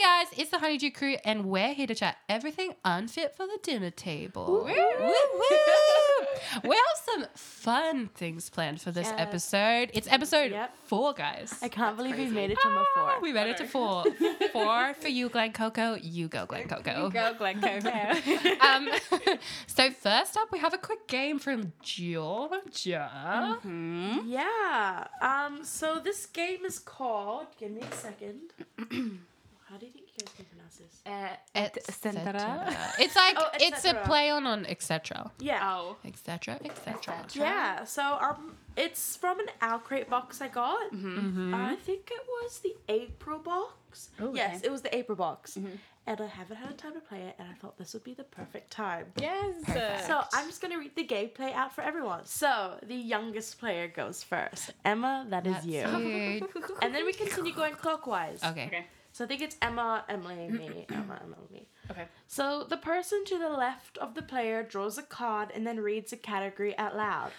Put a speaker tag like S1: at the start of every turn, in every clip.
S1: guys, it's the Honeydew Crew, and we're here to chat everything unfit for the dinner table.
S2: Woo.
S1: woo. we have some fun things planned for this
S2: Yeah.
S1: episode. It's episode
S2: Yep.
S1: four, guys.
S2: I can't believe we've
S3: crazy.
S2: made it to number four.
S1: Ah, We made it to four. four for you, Glen Coco. You go, Glen Coco.
S3: Girl Glencoe.
S1: Um, so first up, we have a quick game from Georgia.
S3: hmm
S2: Yeah. Um. So this game is called. Give me a second. How do you think you guys can pronounce this?
S3: Uh,
S1: Et
S3: cetera.
S1: cetera. It's like
S2: Oh, et
S1: it's a
S2: cetera.
S1: play on on etc.
S2: Yeah.
S3: Oh.
S1: etc. etc.
S3: Et
S2: Yeah. So um, it's from an Alcrate box I got.
S1: Mm-hmm.
S2: I think it was the April box.
S3: Ooh,
S2: yes,
S3: okay.
S2: it was the April box.
S1: Mm-hmm.
S3: Mhm.
S2: And I haven't had time to play it, and I thought this would be the perfect time.
S3: Yes.
S1: Perfect.
S2: So I'm just gonna read the gameplay out for everyone. So the youngest player goes first. Emma, that is
S1: That's
S2: you.
S1: you.
S2: And then we continue going clockwise.
S1: Okay.
S3: okay.
S2: So I think it's Emma, Emily, me, Emma, Emily, me.
S3: Okay.
S2: So the person to the left of the player draws a card and then reads a category out loud.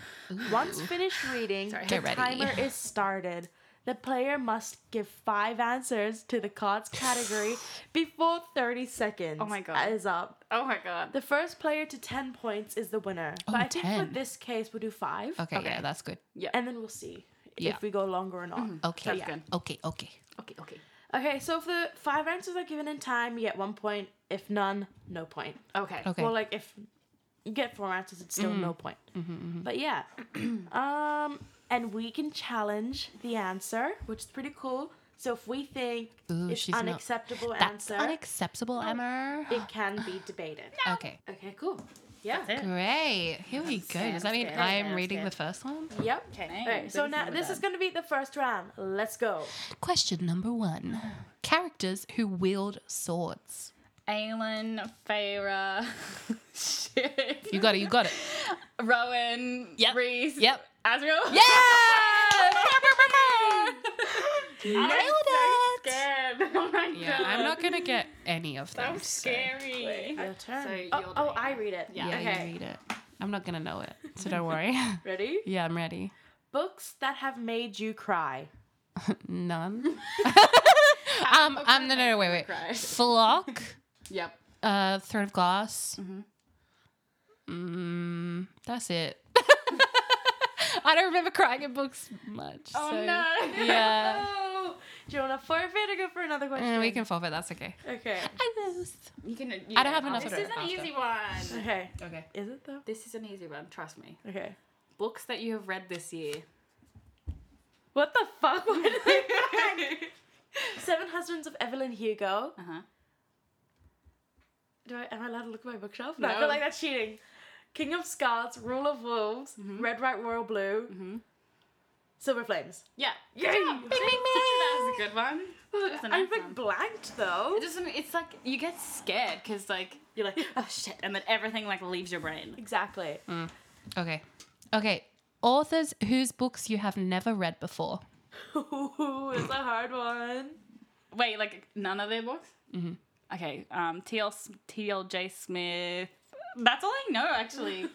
S2: Once finished reading,
S3: Sorry.
S2: the
S1: Get ready.
S2: timer is started. The player must give five answers to the card's category before 30 seconds
S3: Oh my God.
S2: is up.
S3: Oh my god.
S2: The first player to 10 points is the winner. but
S1: Oh,
S2: I think
S1: 10.
S2: for this case, we'll do five.
S1: Okay,
S3: Okay.
S1: yeah, that's good.
S2: And then we'll see
S1: Yeah.
S2: if we go longer or not.
S1: Okay.
S3: Sounds good.
S1: Okay, okay.
S3: Okay. Okay.
S2: Okay, so if the five answers are given in time, you get one point. If none, no point.
S3: Okay.
S1: Okay. Mm-hmm.
S2: Well, like if you get four answers, it's still no point. But yeah, um, and we can challenge the answer, which is pretty cool. So if we think
S1: Ooh,
S2: it's
S1: she's not-
S2: unacceptable
S1: That's
S2: answer,
S1: unacceptable,
S3: Oh,
S1: Emma.
S2: it can be debated.
S1: Okay.
S2: Okay, cool. Yeah.
S3: That's it.
S1: Great. Here we go. Does that
S3: Sounds
S1: mean
S3: good.
S1: I
S3: Sounds
S1: am reading
S3: good.
S1: the first one?
S2: Yep.
S3: Okay.
S2: All right. So now this is going to be the first round. Let's go.
S1: Question number one. Characters who wield swords.
S3: Aelin, Feyre, shit.
S1: You got it, you got it.
S3: Rowan,
S1: Yep.
S3: Reese,
S1: Yep.
S3: Azrael.
S1: Yeah!
S3: I'm
S1: Nailed
S3: so
S1: it!
S3: scared. Oh my
S1: Yeah,
S3: god.
S1: I'm not gonna get any of
S3: That
S1: them.
S3: was
S1: so-
S3: scary.
S2: Your turn.
S3: So you're
S2: oh, oh
S3: doing
S2: I read it.
S1: Yeah,
S3: Yeah, okay.
S1: you read it. I'm not gonna know it, so don't worry.
S2: Ready?
S1: yeah, I'm ready.
S2: Books that have made you cry.
S1: None. um, um, no, no, no, wait,
S3: Cry.
S1: wait. Flock,
S3: Yep.
S1: uh, Thread of Glass. Mm, that's it. I don't remember crying in books much.
S3: Oh
S1: so-
S3: no.
S1: Yeah.
S2: Oh, do you want to forfeit or go for another question?
S1: Mm, Uh, we can forfeit. That's okay.
S2: Okay.
S1: I roast.
S3: You can. You
S1: I don't have enough
S3: This
S1: of it
S3: is an
S1: after.
S3: easy one.
S2: Okay.
S1: Okay.
S2: Is it though?
S3: This is an easy one. Trust me.
S2: Okay.
S3: Books that you have read this year.
S2: What the fuck? What is it?
S3: uh
S2: Seven Husbands of Evelyn Hugo.
S3: huh.
S2: Do I am I allowed to look at my bookshelf? No, I
S3: No.
S2: feel like that's cheating. King of Scots, Rule of Wolves, Red, White, Royal, Blue,
S3: Mhm.
S2: Silver Flames.
S3: Yeah.
S2: Yay!
S3: Yeah.
S2: Bing, bing,
S3: That was a good one. That's a
S2: I'm
S3: nice
S2: like
S3: one.
S2: blanked though.
S3: It doesn't. It's like you get scared because like you're like oh shit, and then everything like leaves your brain.
S2: Exactly.
S1: Okay. Okay. Authors whose books you have never read before.
S2: Ooh, it's a hard one.
S3: Wait, like none of their books. Mm-hmm. Okay. Um. TL S- TLJ Smith. That's all I know actually,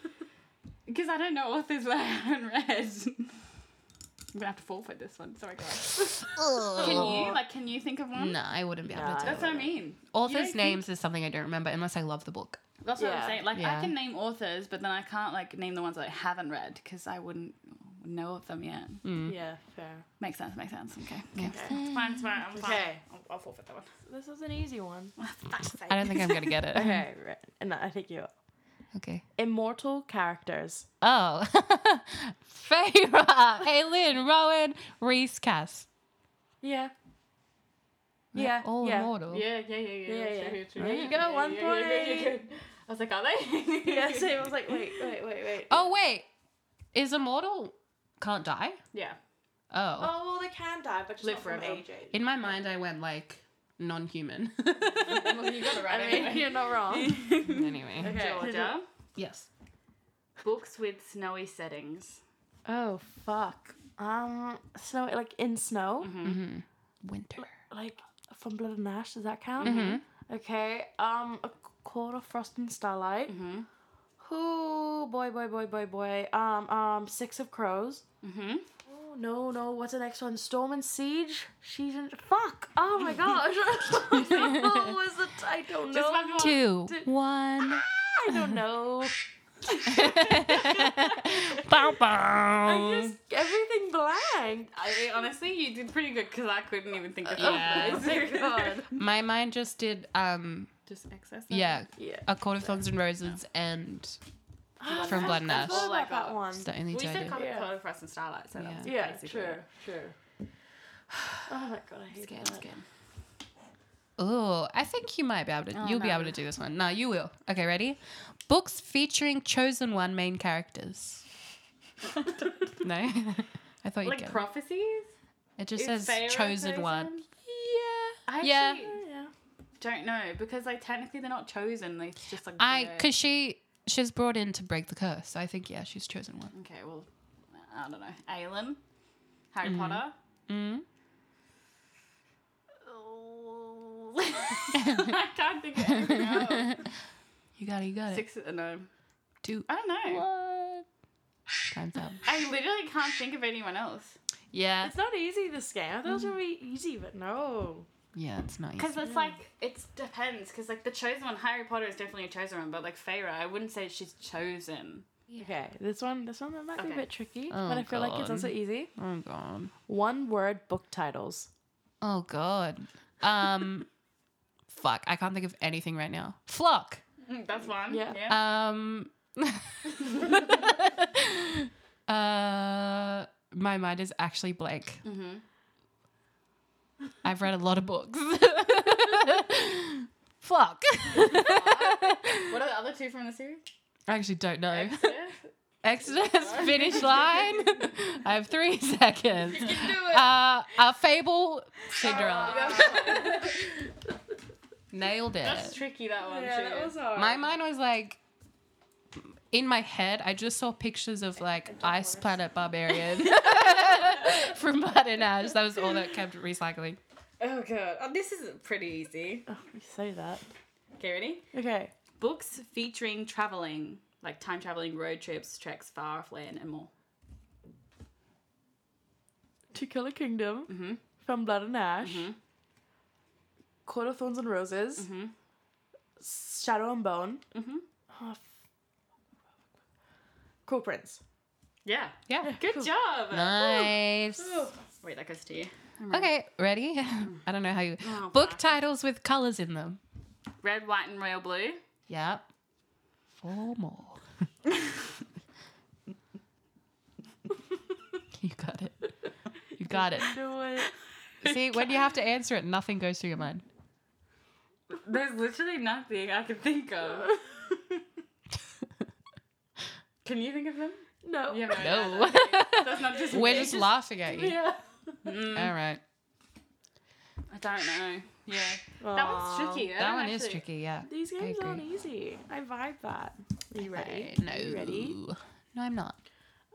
S3: because I don't know authors that I haven't read. I'm gonna have to forfeit this one. Sorry, guys. Can you like? Can you think of one?
S1: No, I wouldn't be able
S2: No.
S1: to.
S3: That's what I mean. You don't
S1: Authors'
S3: think-
S1: names is something I don't remember unless I love the book.
S3: That's what
S2: Yeah.
S3: I'm saying. Like
S1: Yeah.
S3: I can name authors, but then I can't like name the ones that I haven't read because I wouldn't know of them yet.
S2: Yeah, fair.
S3: Makes sense. Mm. Makes sense. Okay. Okay.
S2: Okay.
S3: It's fine. It's fine. I'm fine.
S2: Okay.
S3: I'll, I'll forfeit that one.
S2: This was an easy one.
S1: I don't think I'm gonna get it.
S2: Okay, right. And I think you.
S1: Okay.
S2: Immortal characters.
S1: Oh, Feyre, Aileen, Rowan, Reese, Cass.
S2: Yeah. Yeah.
S1: All
S2: yeah.
S1: immortal.
S3: Yeah, yeah, yeah, yeah.
S2: Yeah,
S3: yeah,
S2: yeah.
S3: True, true,
S2: There
S3: true.
S2: you go,
S3: Yeah,
S2: one
S3: yeah, yeah, yeah, yeah,
S2: point.
S3: yeah. I was like, are they?
S2: Yeah, same. I was like, wait, wait, wait, wait.
S1: Oh wait, is immortal can't die?
S3: yeah.
S1: Oh,
S2: Oh, well, they can die, but just
S3: Live
S2: not from
S3: forever.
S2: age. age.
S1: in my mind I went like non-human.
S3: Well, you got it right
S2: I mean,
S3: anyway.
S2: you're not wrong.
S1: anyway,
S2: Okay.
S3: Georgia.
S1: yes.
S3: Books with snowy settings.
S2: Oh fuck. Um, snow like in snow,
S1: Winter.
S3: Mm-hmm.
S2: like from Blood and Ash. Does that count? Okay. Um, a quarter frost and starlight.
S3: Mm-hmm.
S2: Ooh, boy, boy, boy, boy, boy. Um, um, six of crows.
S3: Mm-hmm.
S2: no, no, no. What's the next one? Storm and Siege? She's in. Fuck! Oh my gosh! what was it? I don't know.
S3: Just one more.
S1: Two, one.
S2: I don't know.
S1: bow,
S2: I
S1: bow.
S2: just. Everything blank.
S3: I mean, honestly, you did pretty good because I couldn't even think of
S1: Yeah.
S3: those.
S2: Oh my god.
S1: My mind just did, um,
S3: Just excess.
S1: yeah,
S2: Yeah.
S1: A Court of Thorns and Roses, and
S2: Oh,
S1: From
S2: I
S1: Blood and
S2: forgot
S1: Ash.
S2: about
S3: Oh my
S2: that
S3: God.
S2: one.
S1: it's the only
S3: We
S1: two I
S3: said
S1: did.
S3: Common
S2: Yeah.
S3: Colour for us and Starlight, so that was
S1: Yeah.
S2: Yeah,
S3: basically
S2: true,
S3: it.
S2: true. Oh my god, I hate
S3: Scan,
S2: that.
S3: scan.
S1: Oh, I think you might be able to.
S3: Oh,
S1: you'll be
S3: no.
S1: able to do this one. No, you will. Okay, ready? Books featuring chosen one main characters. no, I thought you'd
S3: Like
S1: get. it.
S3: prophecies?
S1: It just
S3: Is
S1: says
S3: Feyre a
S1: chosen one.
S3: chosen?
S1: Yeah.
S3: I
S1: Yeah.
S3: actually
S2: Oh, Yeah.
S3: don't know because like technically they're not chosen. Like, It's just like
S1: I
S3: the-
S1: because she she's brought in to break the curse. So I think yeah, she's chosen one.
S3: Okay, well, I don't know. Aelin, Harry
S1: Mm-hmm.
S3: Potter.
S1: Mm.
S3: I can't think of anything else.
S1: You got it. You got it.
S3: Six, uh, no.
S1: Two.
S3: I don't know.
S1: What? Time's up.
S3: I literally can't think of anyone else.
S1: Yeah. Mm-hmm.
S2: It's not easy to scan. I thought it was gonna be easy, but no.
S1: Yeah, it's not easy.
S3: Because it's like, it depends. Because, like, the chosen one, Harry Potter is definitely a chosen one, but, like, Feyre, I wouldn't say she's chosen.
S2: Okay, this one, this one that might be a
S3: Okay.
S2: bit tricky,
S1: Oh
S2: but I feel like it's
S1: God.
S2: also easy.
S1: Oh god.
S2: One word book titles.
S1: Oh god. Um. fuck. I can't think of anything right now. Flock.
S3: Mm, That's one.
S2: Yeah.
S3: yeah.
S1: Um. uh. My mind is actually blank.
S3: Mhm.
S1: I've read a lot of books. Fuck.
S3: What are the other two from the series?
S1: I actually don't know.
S3: Exodus?
S1: Exodus finish line. I have three seconds. Uh, a fable, Cinderella. Nailed it.
S3: That's tricky, that one. too.
S2: hard.
S1: My mind was like, in my head, I just saw pictures of like Ice Planet Barbarian from Blood and Ash. That was all that kept recycling.
S3: Oh, God. Oh, this is pretty easy.
S2: Oh, you say that.
S3: Okay, ready?
S2: Okay.
S3: Books featuring traveling, like time traveling, road trips, treks, far off land, and more.
S2: To Kill a Kingdom
S3: Mhm.
S2: from Blood and Ash.
S3: Mhm.
S2: Court of Thorns and Roses.
S3: Mhm.
S2: Shadow and Bone.
S3: Mhm.
S2: Oh, f- cool Prince.
S3: Yeah.
S1: Yeah.
S3: Good
S2: Cool.
S3: job.
S1: Nice.
S3: Wait, that goes to you.
S1: Okay, ready? I don't know how you.
S3: Oh,
S1: Book
S3: fuck.
S1: titles with colors in them.
S3: Red, white, and royal blue.
S1: Yep. Four more. you got it. You got it.
S2: Do it.
S1: See, when you have to answer it, nothing goes through your mind.
S3: There's literally nothing I can think of. Can you think of them?
S2: no.
S3: You have
S1: No.
S3: That's not just
S1: We're
S3: me.
S1: just laughing at you.
S2: Yeah.
S3: Mm,
S1: All right.
S3: I don't know. Yeah. That one's
S2: Aw.
S3: tricky. I
S1: That
S3: don't
S1: one is
S3: actually-
S1: tricky, yeah.
S2: These
S1: I
S2: games aren't
S1: agree.
S2: easy. I vibe that. Are you ready?
S1: Okay, No.
S2: You ready?
S1: No, I'm not.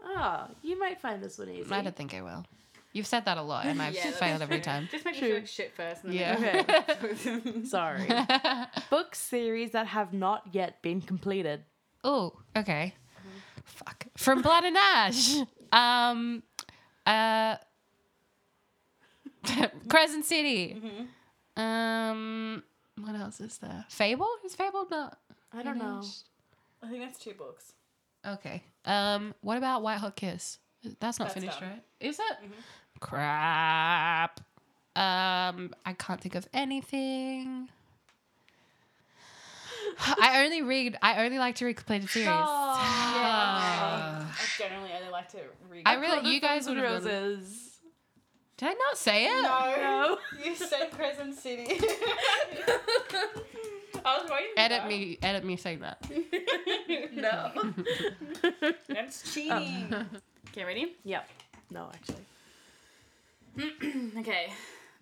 S2: Oh, you might find this one easy.
S1: I don't think I will. You've said that a lot, and I've
S3: Yeah, that's
S1: failed every
S3: true.
S1: time.
S3: Just make me
S2: True.
S3: feel like shit first. And then
S1: Yeah.
S2: Sorry. Book series that have not yet been completed.
S1: oh, okay.
S2: Mm-hmm.
S1: Fuck. From Blood and Ash. Um, uh, Crescent City.
S2: Mm-hmm.
S1: Um, what else is there? Fable? Is Fable not?
S2: I don't know.
S3: I think that's two books.
S1: Okay. Um, what about White Hot Kiss? That's not
S3: That's
S1: finished,
S3: done.
S1: right? Is it? Crap. Um, I can't think of anything. I only read. I only like to read completed series.
S3: Yeah. I generally only like to read.
S1: I really, you guys would have. Did
S2: roses.
S1: I not say it?
S2: No.
S3: You said Crescent City. I was waiting. for
S1: Edit
S3: that.
S1: me. Edit me saying that.
S3: no. That's cheating. Okay, ready?
S2: Yep. No, actually.
S3: Okay.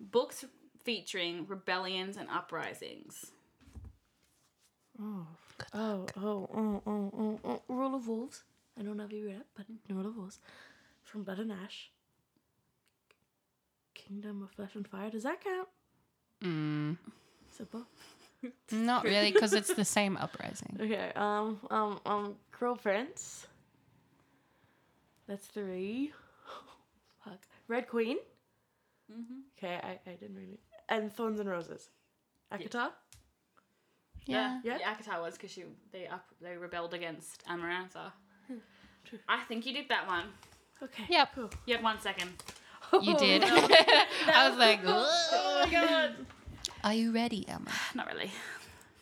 S3: Books featuring rebellions and uprisings.
S2: Oh. Oh, oh, oh, oh, oh, oh. Rule of Wolves. I don't know if you read it, but Rule of Wolves. From Blood and Ash. Kingdom of Flesh and Fire. Does that count?
S1: Mm,
S2: Simple.
S1: not really, because it's the same uprising.
S2: Okay, um, um, um, Cruel Prince. That's three. Fuck. Red Queen. Okay, I, I didn't really. And Thorns and Roses. Akata?
S1: Yeah.
S2: Yeah.
S3: Akatar was because she they up they rebelled against Amarantha. I think you did that one.
S2: Okay.
S1: Yep.
S2: Cool.
S3: Yep, one second.
S2: Oh,
S1: You did. I was like,
S3: Oh my god.
S1: are you ready, Emma?
S3: Not really.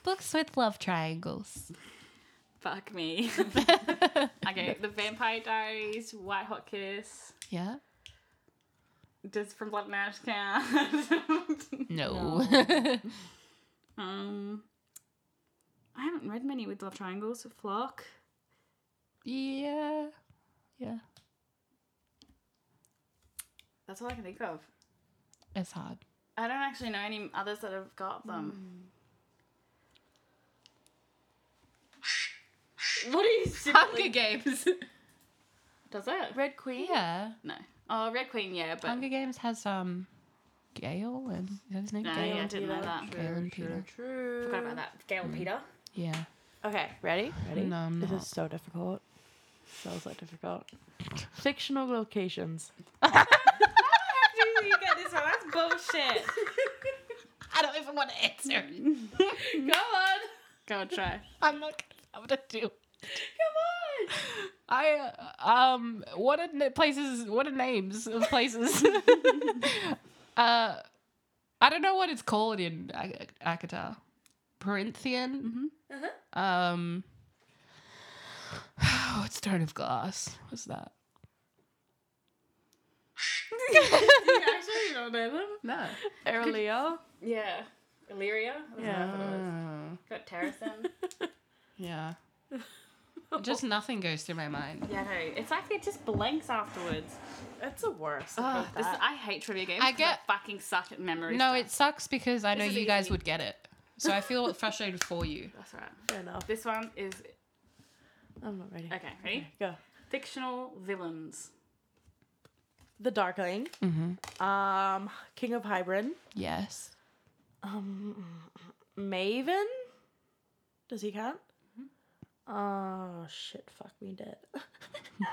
S1: Books with love triangles.
S3: Fuck me. okay, The Vampire Diaries, White Hot Kiss.
S1: yeah.
S3: Does From Blood and Ash count?
S1: No.
S3: um, I haven't read many with love triangles. Flock.
S1: yeah. Yeah.
S3: That's all I can think of.
S1: It's hard.
S3: I don't actually know any others that have got them. What are you
S1: Hunger
S3: sipping?
S1: Games.
S3: Does it?
S2: Red Queen?
S1: Yeah.
S3: No. Oh, Red Queen, yeah, but
S1: Hunger Games has um Gale and is that his name?
S3: no,
S1: Gale.
S3: Oh, yeah, I didn't know
S2: Peter.
S3: that.
S1: Gale and Peter.
S2: True.
S3: Forgot about that. Gail Peter.
S1: Yeah.
S2: Okay, ready?
S1: No, I'm
S2: This
S1: not.
S2: is so difficult. So, so difficult. Fictional locations.
S3: How you get this one? That's bullshit.
S1: I don't even want to answer.
S3: Go on. Go try.
S1: I'm not gonna have to do. I uh, um what are na- places what are names of places? uh I don't know what it's called in Ac- Akatar.
S3: Mm-hmm.
S1: Perinthian.
S3: Uh-huh.
S1: Um what's Throne of Glass? What's that?
S3: you actually don't know them?
S1: No.
S2: Earlier.
S3: Yeah. Illyria? I don't know what it was. Got Terrasen.
S1: Ah, yeah. Just nothing goes through my mind.
S3: yeah, no. It's like it just blanks afterwards.
S2: That's the worst.
S3: Oh, this is, I hate trivia games.
S1: I
S3: 'cause
S1: get-
S3: fucking suck at memory.
S1: No,
S3: stuff.
S1: it sucks because I know
S3: This is
S1: you guys
S3: easy.
S1: would get it. So I feel frustrated for you.
S3: that's right.
S2: Fair enough.
S3: This one is
S2: I'm not ready.
S3: okay. Ready?
S2: Go.
S3: Fictional villains.
S2: The Darkling. Mm-hmm. Um, King of Hybrid.
S1: Yes.
S2: Um, Maven? Does he count? Oh shit, fuck me dead.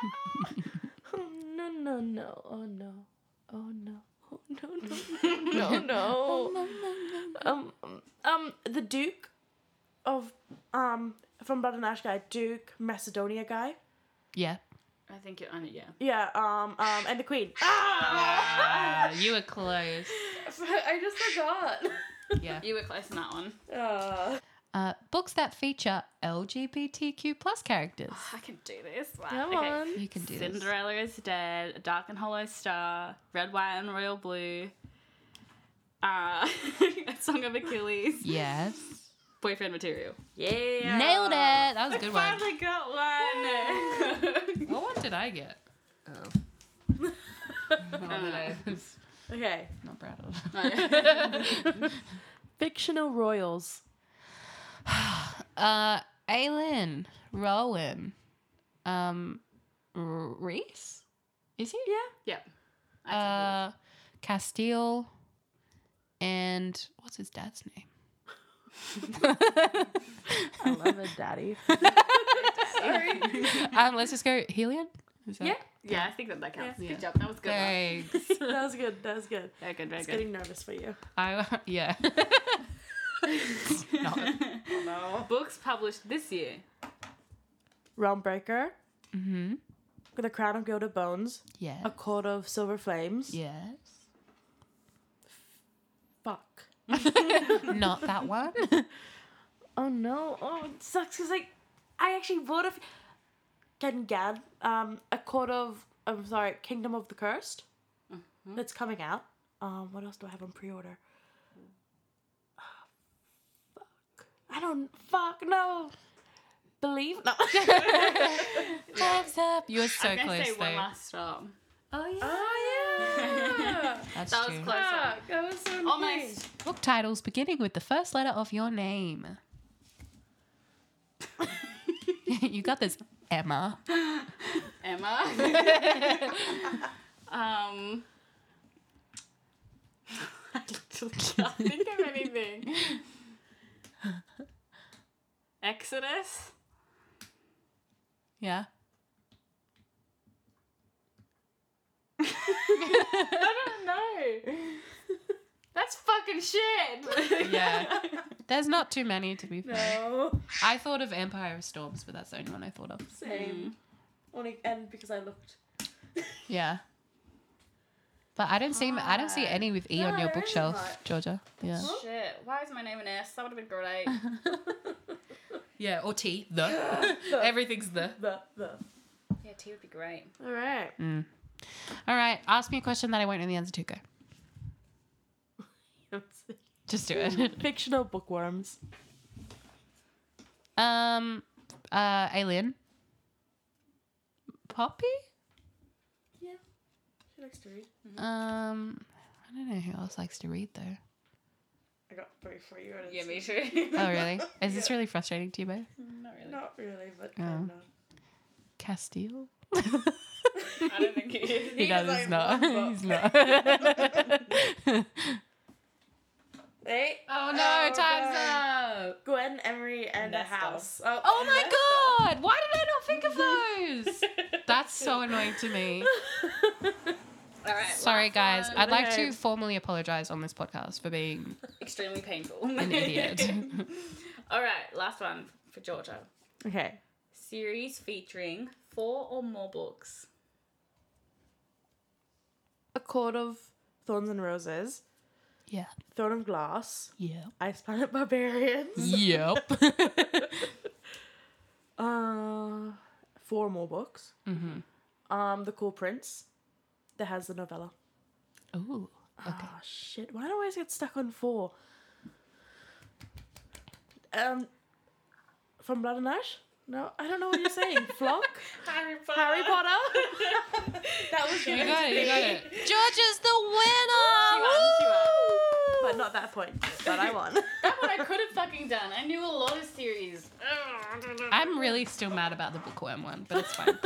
S2: oh no no no oh no. Oh no. Oh no no no no. Um um, um the Duke of um from Blood and Ash guy, Duke Macedonia guy.
S1: Yeah.
S3: I think you're on it. Yeah.
S2: Yeah, um um and the Queen. Ah!
S1: Ah, you were close.
S2: I just forgot.
S1: Yeah.
S3: You were close on that one.
S2: Uh,
S1: Uh, books that feature LGBTQ plus characters.
S3: I can do this. Wow.
S2: come
S3: okay.
S2: on.
S1: You can do this.
S3: Cinderella is dead. A dark and hollow star. Red, white, and royal blue. Uh, a song of Achilles.
S1: Yes.
S3: Boyfriend material.
S2: Yeah.
S1: Nailed it. That was a good one.
S3: Finally got one.
S1: What one did I get? Oh.
S3: I
S2: Okay.
S1: Not proud of.
S2: Fictional royals.
S1: Uh, Aylin, Rowan, um, R- Reese? Is he? Yeah.
S3: yeah. I
S1: Uh, Castile, and what's his dad's name?
S2: I love it, daddy.
S1: Um, let's just go Helion. Is that-
S3: yeah. Yeah, I think that that counts.
S1: Yeah.
S3: Good job. That was a good. one.
S1: Thanks.
S2: that was good. That was good.
S3: Very good. Very
S2: It's
S3: good.
S2: getting nervous for you.
S1: I yeah.
S2: Oh,
S3: Books published this year.
S2: Realm Breaker,
S1: hmm
S2: The Crown of Gilded Bones,
S1: Yes.
S2: A Court of Silver Flames.
S1: Yes.
S2: Fuck.
S1: Not that one.
S2: Oh no. Oh, it sucks because like I actually bought a f- Ken Gad, um, A Court of I'm sorry, Kingdom of the Cursed. That's coming out. Um, what else do I have on pre-order? Ah, fuck. I don't. Fuck no. Believe no.
S1: Time's up. You were so
S3: I'm gonna
S1: close
S3: say
S1: though.
S3: one last stop.
S2: oh yeah.
S1: That's
S3: That
S1: true.
S3: was close.
S2: Fuck, that was so mean.
S3: Almost.
S1: Book titles beginning with the first letter of your name. you got this, Emma.
S3: Emma. um. I literally can't think of anything. Exodus.
S1: Yeah.
S3: I don't know. That's fucking shit.
S1: Yeah. There's not too many, to be fair.
S2: No.
S1: I thought of Empire of Storms, but that's the only one I thought of.
S2: Same. Only and because I looked.
S1: Yeah. But I don't see I don't see any with E on your
S2: No, there isn't
S1: bookshelf,
S2: much.
S1: Georgia. Yeah.
S3: Shit. Why is my name an S? That would have been great.
S1: Yeah, or T. The. Everything's the.
S2: the the.
S3: Yeah, T would be great.
S2: All right.
S1: All right, ask me a question that I won't know the answer to. Go. Just do it.
S2: Fictional bookworms.
S1: um, uh, Alien. Poppy.
S2: Yeah. She likes to read. Mm-hmm.
S1: Um, I don't know who else likes to read though.
S2: I got three for you.
S3: Yeah, me too.
S1: Oh really? Is this really frustrating to you both?
S3: Not really.
S2: Not really, but
S1: Yeah.
S2: kind
S1: Castile.
S3: I don't think it is.
S1: he does. He's not. He's not.
S2: Hey.
S1: oh
S2: Oh,
S1: no! Time's up.
S2: Gwen, Emery, and a
S3: Nesta.
S2: house.
S1: Oh my
S2: Nesta.
S1: god! Why did I not think of those? That's so annoying to me.
S3: All right.
S1: Sorry,
S3: last
S1: guys.
S3: one.
S1: I'd like
S2: Okay.
S1: to formally apologize on this podcast for being
S3: Extremely painful.
S1: an idiot.
S3: All right, last one for Georgia.
S2: Okay.
S3: Series featuring four or more books.
S2: A Court of Thorns and Roses,
S1: yeah.
S2: Throne of Glass,
S1: Yeah.
S2: Ice Planet Barbarians.
S1: Yep.
S2: Uh, four more books.
S1: mm-hmm.
S2: Um, The Cool Prince, that has the novella.
S1: Ooh. Okay.
S2: Oh shit! Why do I always get stuck on four? Um, from Blood and Ash? No, I don't know what you're saying. Flock,
S3: Harry Potter.
S2: Harry Potter.
S3: that was
S1: You got it. You got it. Georgia's the winner.
S2: but not that point. But I won.
S3: That one I could have fucking done. I knew a lot of series.
S1: I'm really still mad about the bookworm one, but it's fine.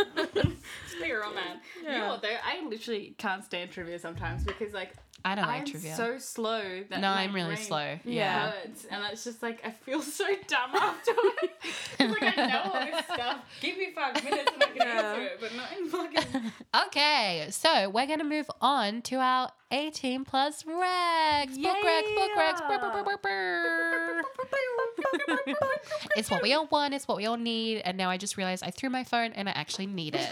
S3: You're all man. You know what though? I literally can't stand trivia sometimes because like
S1: I don't like
S3: I'm
S1: trivia.
S3: so slow that
S1: no,
S3: my
S1: I'm really
S3: brain
S1: slow.
S2: Yeah.
S1: Yeah.
S3: Hurts, and it's just like I feel so dumb afterwards. it's like I know all this stuff. Give me five minutes and I can
S2: Yeah.
S3: answer it, but not in fucking.
S1: Okay, so we're gonna move on to our 18 plus recs. Book recs, book recs. Brr, brr, brr, brr, brr. it's what we all want, it's what we all need. And now I just realized I threw my phone and I actually need it.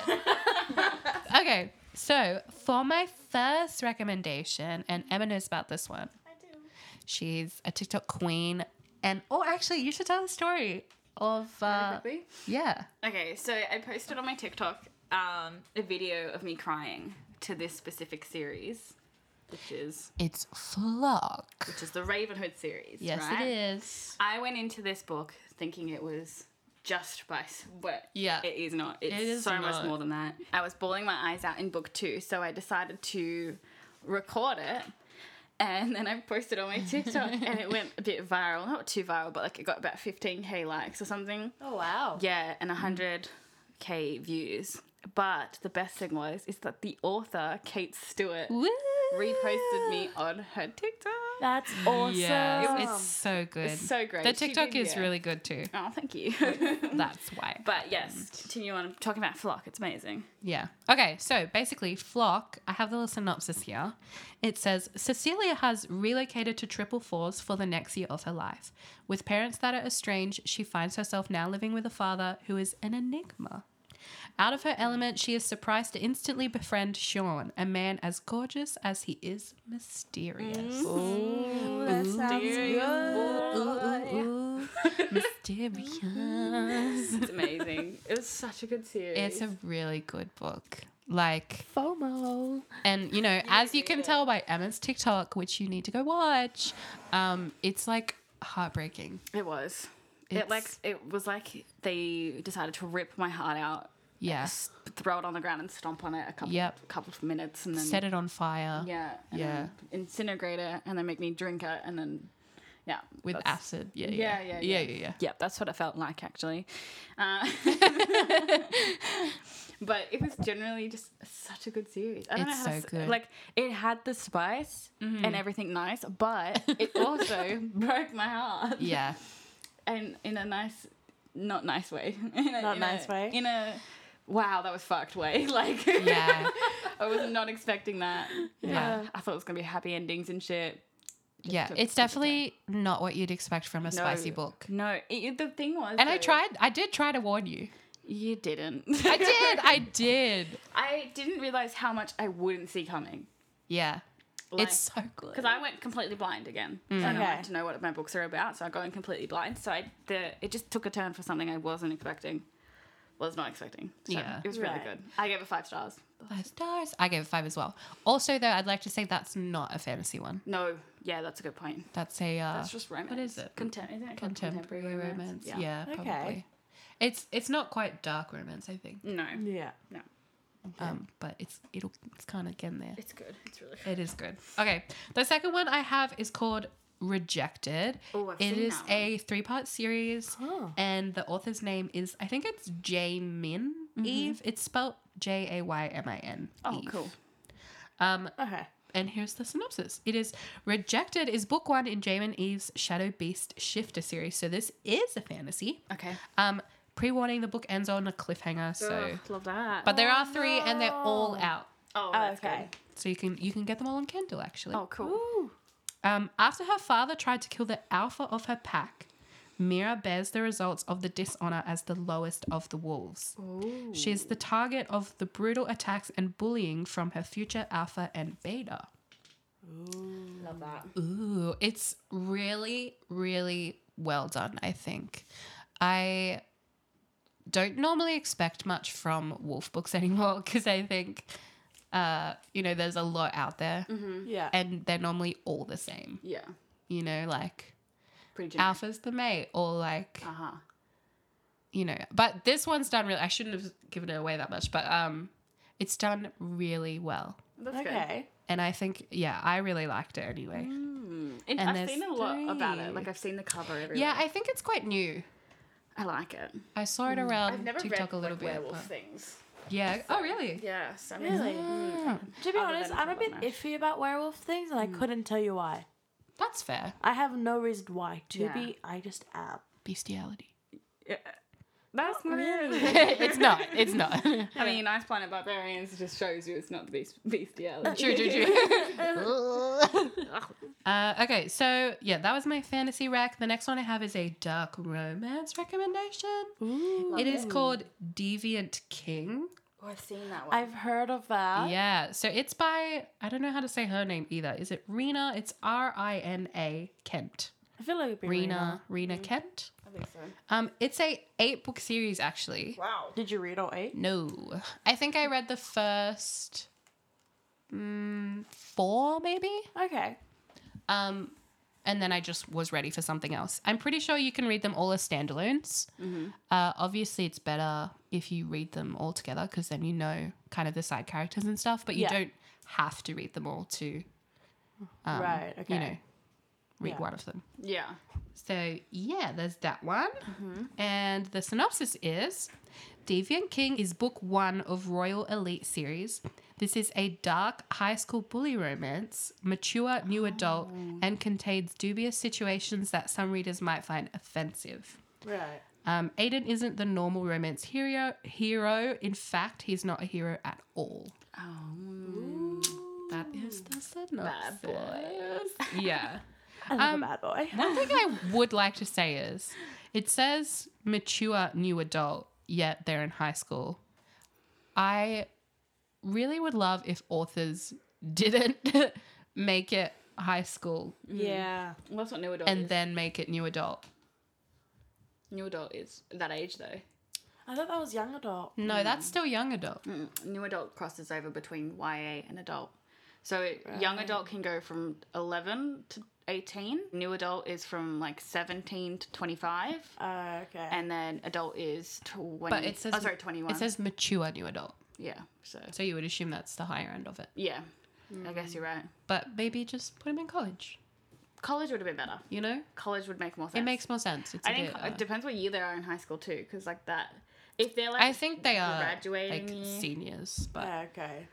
S1: okay, so for my first recommendation, and Emma knows about this one. I do. She's a TikTok queen. And oh, actually, you should tell the story of. Uh,
S3: Quickly.
S1: yeah.
S3: Okay, so I posted on my TikTok um, a video of me crying to this specific series, which is
S1: It's Flock.
S3: which is the Ravenhood series.
S1: Yes,
S3: right?
S1: it is.
S3: I went into this book thinking it was just by s- what
S1: Yeah.
S3: it is not. It's
S1: It is
S3: so
S1: not.
S3: much more than that. I was bawling my eyes out in book two, so I decided to record it. And then I posted on my TikTok and it went a bit viral. Not too viral, but like it got about 15k likes or something.
S2: Oh wow.
S3: Yeah, and 100k views. But the best thing was is that the author, Kate Stewart,
S1: Woo!
S3: reposted me on her TikTok.
S2: That's awesome.
S1: Yeah, it's so good.
S3: It's so great.
S1: The
S3: She
S1: Tiktok
S3: did,
S1: is
S3: yeah.
S1: really good too.
S3: Oh, thank you.
S1: That's why.
S3: but yes, continue on talking about flock. It's amazing.
S1: Yeah. Okay, so basically, Flock, I have the little synopsis here. It says Cecilia has relocated to Triple Fours for the next year of her life. With parents that are estranged, she finds herself now living with a father who is an enigma. Out of her element, she is surprised to instantly befriend Sean, a man as gorgeous as he is mysterious.
S2: that sounds
S1: Ooh, ooh, ooh.
S2: good.
S1: mysterious.
S3: It's amazing. it was such a good series.
S1: It's a really good book. Like,
S2: FOMO.
S1: and you know, as you can tell by Emma's TikTok, which you need to go watch, um, it's like heartbreaking.
S3: it was.
S1: It's-
S3: It like it was like they decided to rip my heart out,
S1: Yes.
S3: throw it on the ground and stomp on it a couple
S1: Yep.
S3: couple of minutes and then
S1: Set it on fire
S3: yeah and
S1: Yeah.
S3: then incinerate it and then make me drink it and then yeah
S1: with
S3: that's-
S1: acid. Yeah, yeah,
S3: Yeah,
S1: yeah,
S3: yeah,
S1: yeah, yeah.
S3: Yeah, that's what it felt like actually. Uh, but it was generally just such a good series. I don't
S1: It's
S3: know how
S1: so
S3: s-
S1: good. Mm-hmm.
S3: like it had the spice and everything nice, but it also broke my heart.
S1: Yeah.
S3: And in a nice not nice way. In a,
S2: Not
S3: in
S2: nice
S3: a-
S2: way?
S3: In a wow, that was fucked way. Like,
S1: Yeah.
S3: I was not expecting that.
S1: Yeah.
S3: I thought it was going to be happy endings and shit.
S1: Yeah,
S3: took-
S1: it's
S3: took a turn.
S1: definitely not what you'd expect from a spicy
S3: No.
S1: book.
S3: No, it- it, the thing was.
S1: And I
S3: though,
S1: tried, I did try to warn you.
S3: You didn't.
S1: I did, I did.
S3: I didn't realize how much I wouldn't see coming.
S1: Yeah,
S3: Like-
S1: it's so good.
S3: because I went completely blind again.
S1: Mm.
S3: And I
S2: Okay.
S3: wanted to know what my books are about, so I go in completely blind. So I, the, it just took a turn for something I wasn't expecting, was not expecting. So
S1: Yeah.
S3: it was really
S2: Right.
S3: good. I gave it five stars.
S1: Five stars. I gave it five as well. Also, though, I'd like to say that's not a fantasy one.
S3: No, yeah, that's a good point.
S1: That's a uh,
S3: That's just romance.
S1: is it?
S3: Contem- isn't it called
S1: contemporary, romance. Yeah,
S2: Okay.
S1: probably. It's it's not quite dark romance, I think.
S3: No,
S2: Yeah.
S1: Um, but it's it'll it's kind of getting there.
S3: it's good. It's really good.
S1: It is good. Okay, the second one I have is called Rejected.
S3: Oh, I've
S1: It
S3: seen
S1: is
S3: that one.
S1: a three part series,
S2: Huh.
S1: and the author's name is I think it's J Min Eve. It's spelled J A Y M I N.
S3: Mm-hmm. Oh,
S1: Eve.
S3: cool.
S1: Um,
S2: Okay.
S1: And here's the synopsis. It is Rejected is book one in Jamin Eve's Shadow Beast Shifter series. So this is a fantasy.
S3: Okay.
S1: Um, pre-warning the book ends on a cliffhanger, so
S3: Ugh, Oh, love that.
S1: but there are three and they're all
S2: no.
S1: out.
S3: oh, that's
S2: okay.
S3: good.
S1: So you can you can get them all on Kindle actually.
S3: Oh, cool.
S2: Ooh.
S1: Um, after her father tried to kill the alpha of her pack, Mira bears the results of the dishonor as the lowest of the wolves. She is the target of the brutal attacks and bullying from her future alpha and beta.
S3: Love that.
S1: Ooh, it's really, really well done, I think. I don't normally expect much from Wolf books anymore because I think, uh, you know, there's a lot out there
S2: Yeah.
S1: and they're normally all the same.
S3: Yeah.
S1: You know, like
S3: Pretty generic.
S1: Alpha's the mate or like,
S3: Uh huh.
S1: you know, but this one's done really, I shouldn't have given it away that much, but um, it's done really well.
S3: That's good.
S2: okay.
S1: And I think, yeah, I really liked it anyway.
S3: Mm.
S1: And
S3: And Hmm. I've
S1: there's
S3: seen a lot about it.
S1: three.
S3: Like I've seen the cover. Everywhere.
S1: Yeah, I think it's quite new.
S3: I like it.
S1: I saw it around
S3: Mm. I've never
S1: TikTok
S3: read
S1: Um, a little
S3: like,
S1: bit.
S3: werewolf
S1: but-
S3: things.
S1: Yeah. Oh, really?
S3: Yeah, so
S2: Really?
S1: Ah,
S3: hmm.
S2: To be
S3: Other
S2: honest,
S3: than
S2: I'm a
S3: Colour
S2: bit
S3: Match.
S2: iffy about werewolf things, and I couldn't tell you why.
S1: that's fair.
S2: I have no reason why. To
S3: Yeah.
S2: be, I just am.
S1: Bestiality.
S3: That's not
S1: it's not. It's not. true,
S3: I mean, Ice Planet Barbarians just shows you it's not the beast bestiality.
S1: true, true. uh, okay, so yeah, that was my fantasy rec. The next one I have is a dark romance recommendation.
S2: Ooh.
S1: It is called Deviant King.
S3: Oh, I've seen that one.
S2: I've heard of
S3: Ah.
S2: that.
S1: Yeah, so it's by, I don't know how to say her name either. Is it Rena? It's R I N A Kent.
S2: I feel like it'd be Rena.
S1: Rena, Rena Kent.
S3: Mm. I think so.
S1: Um, it's a eight book series actually.
S3: Wow.
S2: Did you read all eight?
S1: No, I think I read the first mm, four maybe,
S2: Okay.
S1: um, and then I just was ready for something else. I'm pretty sure you can read them all as standalones.
S2: Mm-hmm.
S1: Uh, obviously, it's better if you read them all together because then you know kind of the side characters and stuff. But you
S2: Yeah.
S1: don't have to read them all to, um,
S2: Right,
S1: You
S2: okay.
S1: know, read
S2: Yeah.
S1: one of them.
S3: Yeah.
S1: So, yeah, there's that one. And the synopsis is Deviant King is book one of Royal Elite series. This is a dark high school bully romance, mature, new adult, and contains dubious situations that some readers might find offensive.
S2: Right.
S1: Um, Aiden isn't the normal romance hero. Hero, in fact, he's not a hero at all. Oh.
S3: Um,
S1: That is the synopsis.
S3: bad boys.
S1: Yeah.
S2: I love a bad boy.
S1: One thing I would like to say is it says mature new adult, yet they're in high school. I really would love if authors didn't make it high school
S2: Yeah.
S3: Well, that's what new adult
S1: and
S3: is.
S1: then make it new adult.
S3: new adult is that age though.
S2: I thought that was young adult.
S1: No, that's still young adult.
S3: Mm, New adult crosses over between YA and adult. So it- young adult can go from 11 to 18. New adult is from like 17 to 25.
S2: Uh, okay.
S3: And then adult is 20.
S1: But it says
S3: oh, sorry, 21.
S1: It says mature new adult.
S3: yeah. So,
S1: So you would assume that's the higher end of it.
S3: yeah. I guess you're right.
S1: But maybe just put them in college,
S3: College would have been better.
S1: you know?
S3: College would make more sense.
S1: It makes more sense. It's a
S3: I think
S1: bit,
S3: it
S1: uh,
S3: depends what year they are in high school too, because like that, if they're like,
S1: I think they are
S3: graduating
S1: like
S3: year-
S1: seniors, but
S2: Uh, okay.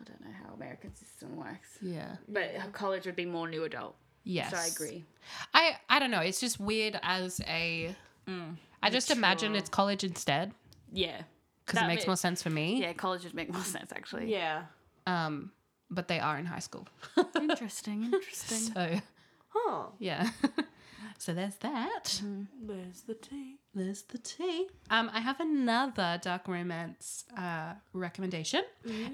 S3: I don't know how American system works,
S1: yeah.
S3: but college would be more new adult.
S1: Yes.
S3: So I agree.
S1: I I don't know. It's just weird as a. I just imagine it's college instead,
S3: Yeah.
S1: because it
S3: That
S1: makes
S3: bit-
S1: more sense for me.
S3: Yeah, college would make more sense actually.
S2: Yeah.
S1: Um, but they are in high school.
S3: Interesting, interesting.
S1: so
S2: Huh.
S1: yeah. so there's that.
S2: There's the tea.
S1: There's the tea. Um, I have another dark romance uh, recommendation,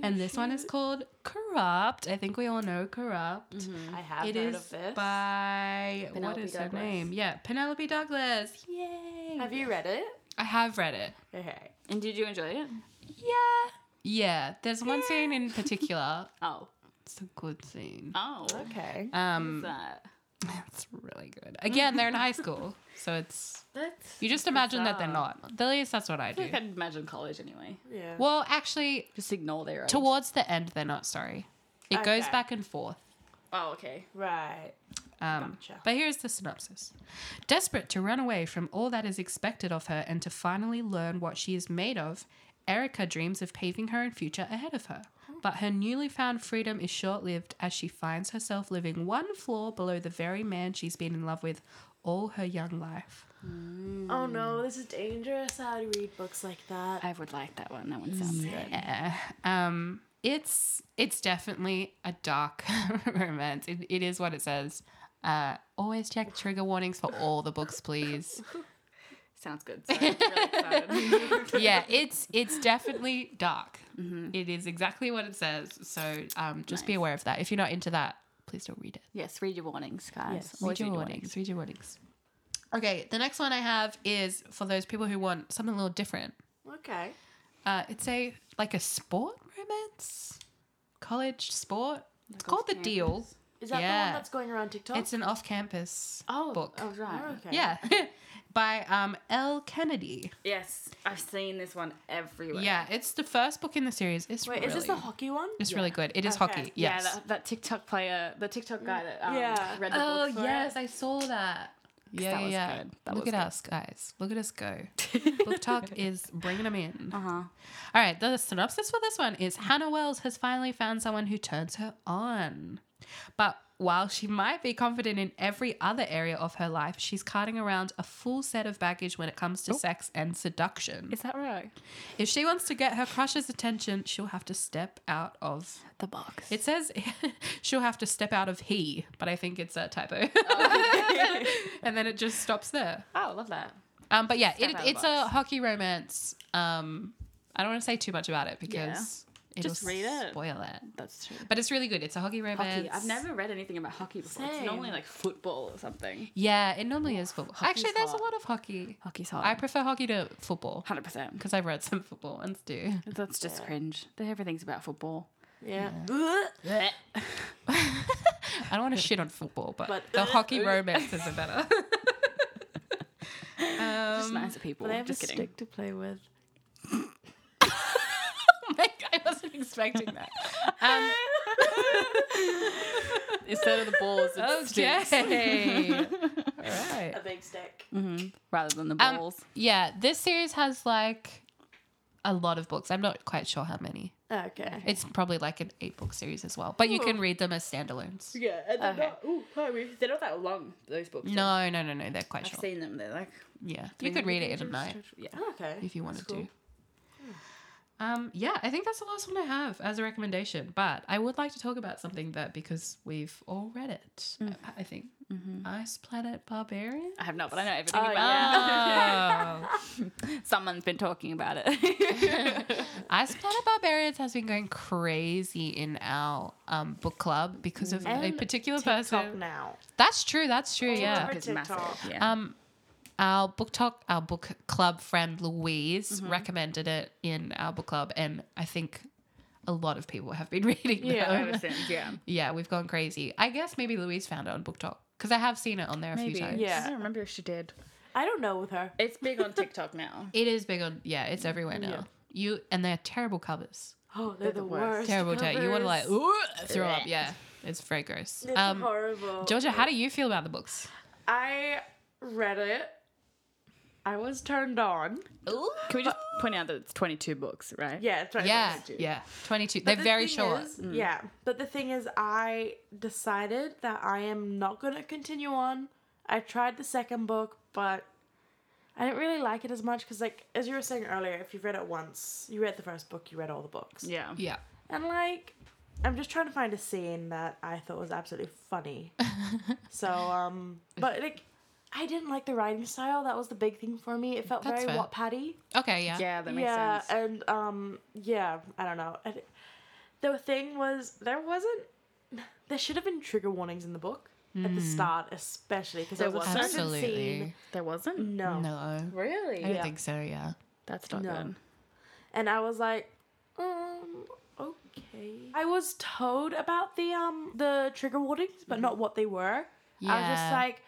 S1: and this one is called Corrupt. I think we all know Corrupt.
S2: I have
S1: It
S2: Mm-hmm. heard
S1: is
S2: of this.
S1: by what
S3: Penelope
S1: is her
S3: Douglas.
S1: name? Yeah, Penelope Douglas. Yay!
S2: Have you read it?
S1: I have read it.
S2: Okay.
S3: and did you enjoy it?
S1: Yeah. Yeah. There's one scene in particular.
S3: Oh.
S1: it's a good scene.
S3: Oh.
S2: Okay.
S3: What's
S1: Um,
S3: that?
S1: it's really good. Again, they're in high school, so it's
S3: That's.
S1: you just imagine that they're
S3: bizarre.
S1: not. At least that's what I
S3: I
S1: do.
S3: think I'd imagine college anyway.
S2: Yeah.
S1: Well, actually,
S3: Just ignore their. age.
S1: towards the end they're not sorry it goes
S2: Okay.
S1: back and forth
S3: Oh, okay.
S2: Right.
S1: um,
S2: Gotcha.
S1: but here's the synopsis desperate to run away from all that is expected of her and to finally learn what she is made of erica dreams of paving her own future ahead of her but her newly found freedom is short-lived as she finds herself living one floor below the very man she's been in love with all her young life
S2: Oh no, this is dangerous. How do you read books like that?
S3: I would like that one. That one sounds good.
S1: Yeah. Um, it's it's definitely a dark romance. It, it is what it says. Uh, always check trigger warnings for all the books, please.
S3: Sounds good. Sorry, I'm really excited.
S1: Yeah, it's it's definitely dark. It is exactly what it says. So um, just be aware of that. If you're not into that, please don't read it.
S3: yes, read your warnings, guys.
S2: Yes,
S1: Read
S3: Always
S1: your warnings. Read your warnings. Okay, the next one I have is for those people who want something a little different.
S2: Okay.
S1: Uh, it's a like a sport romance, college sport. It's called the Deal.
S2: Is that the
S1: Yeah.
S2: one that's going around TikTok?
S1: It's an off-campus
S3: Oh,
S1: book.
S3: Oh, right.
S2: Oh, okay.
S1: Yeah, by um L. Kennedy.
S3: Yes, I've seen this one everywhere.
S1: Yeah, it's the first book in the series. It's
S2: Wait,
S1: really,
S2: is this the hockey one?
S1: It's really good. It is
S2: Okay.
S1: hockey.
S3: Yeah,
S1: Yes.
S3: that, that TikTok player, the TikTok guy that um,
S2: Yeah.
S3: read the book. for it.
S1: Oh, I saw that. Yeah,
S3: That
S1: yeah,
S3: was
S1: yeah.
S3: good. That
S1: Look
S3: was
S1: at
S3: good.
S1: us, guys. Look at us go. Book Talk is bringing them in.
S3: Uh-huh.
S1: All right, the synopsis for this one is Hannah Wells has finally found someone who turns her on. But while she might be confident in every other area of her life, she's carting around a full set of baggage when it comes to sex and seduction.
S3: Is that right?
S1: If she wants to get her crush's attention, she'll have to step out of.
S3: The box.
S1: It says she'll have to step out of he, but I think it's a typo. and then it just stops there.
S3: oh, love that.
S1: Um, but yeah,
S3: Step
S1: it,
S3: out of
S1: it's a
S3: box.
S1: hockey romance. Um, I don't want to say too much about it because it'll
S3: Just read it.
S1: spoil it.
S3: That's true.
S1: But it's really good. It's a hockey romance.
S3: Hockey. I've never read anything about hockey before. It's
S2: Same.
S3: normally like football or something.
S1: Yeah, it normally is football.
S3: Hockey's
S1: Actually, there's
S3: hot.
S1: a
S3: Oh.
S1: lot of hockey.
S3: Hockey's
S1: I prefer hockey to football
S3: Hundred percent.
S1: because I've read some football ones too.
S3: That's just
S2: Yeah.
S3: cringe. Everything's about football.
S2: Yeah.
S1: I don't want to shit on football, but,
S2: But-
S1: the hockey romances are better.
S3: just
S1: um,
S3: nicer people.
S2: But I have
S3: just
S2: a
S3: kidding.
S2: stick to play with.
S1: oh my God, I wasn't expecting that. Um,
S3: Instead of the balls, it's
S1: okay. All right.
S2: big stick.
S3: Mm-hmm. rather than the
S1: Um,
S3: balls.
S1: Yeah, this series has like a lot of books. I'm not quite sure how many.
S2: Okay.
S1: It's probably like an eight book series as well, but you can read them as standalones.
S3: yeah, and they're
S2: Okay.
S3: not. Ooh, sorry, they're not that long. Those books.
S1: No, no, no, no. They're quite
S3: I've
S1: short.
S3: seen them. They're like
S1: Yeah, you could read it in a night
S3: Yeah.
S2: Okay.
S1: if you wanted
S2: cool.
S1: to. Um, yeah, I think that's the last one I have as a recommendation. But I would like to talk about something that because we've all read it,
S3: Mm.
S1: I, I think
S3: Mm-hmm.
S1: Ice Planet Barbarian.
S3: I have not, but I know everything
S2: Oh,
S3: about
S1: Oh,
S3: it. Someone's been talking about it.
S1: Ice Planet Barbarians has been going crazy in our um, book club because of a
S2: And
S1: particular
S2: TikTok
S1: person.
S2: now. Oh,
S1: That's true. That's true. yeah.
S2: TikTok.
S3: It's massive. Yeah.
S1: Um, our book talk, our book club friend Louise
S2: Mm-hmm.
S1: recommended it in our book club, and I think a lot of people have been reading.
S2: Yeah,
S1: them.
S3: Ever since, yeah.
S1: yeah, we've gone crazy. I guess maybe Louise found it on book talk because I have seen it on there a few times.
S2: Yeah.
S3: I don't remember if she did.
S2: I don't know with her.
S3: It's big on TikTok now.
S1: it is big on. Yeah, it's everywhere now.
S2: Yeah.
S1: You and they're terrible covers.
S2: Oh, they're, the,
S3: the worst.
S2: worst.
S1: Terrible. Ter- you want to like
S2: covers.
S1: "Ooh," throw up? Yeah, it's very gross.
S2: It's
S1: Um,
S2: horrible.
S1: Georgia, how do you feel about the books?
S2: I read it. I was turned on.
S3: Can we just point out that it's 22 books, right?
S2: Yeah, it's right.
S1: Yeah, yeah, twenty-two. They're
S2: The
S1: very
S2: thing
S1: short. Mm.
S2: is- Yeah, but the thing is, I decided that I am not going to continue on. I tried the second book, but I didn't really like it as much because, like, as you were saying earlier, if you've read it once, you read the first book, you read all the books.
S3: Yeah.
S1: Yeah.
S2: And, like, I'm just trying to find a scene that I thought was absolutely funny. so, um, but, like, I didn't like the writing style. That was the big thing for me. It felt
S1: That's
S2: very
S1: fair.
S2: Wattpaddy.
S1: Okay. Yeah.
S3: Yeah, uh, that makes
S2: yeah,
S3: sense.
S2: and, um, yeah, I don't know. I, di- the thing was, there wasn't, there should have been trigger warnings in the book at the start, especially because there
S3: Hmm. There
S2: was a
S3: wasn't?
S2: certain scene.
S1: Absolutely.
S3: There wasn't?
S2: No.
S1: No. I
S3: Really?
S1: don't
S2: Yeah.
S1: think so. Yeah.
S3: That's not
S2: No.
S3: good.
S2: and I was like, um, okay. I was told about the um the trigger warnings, but not what they were. I was just
S1: Yeah.
S2: like,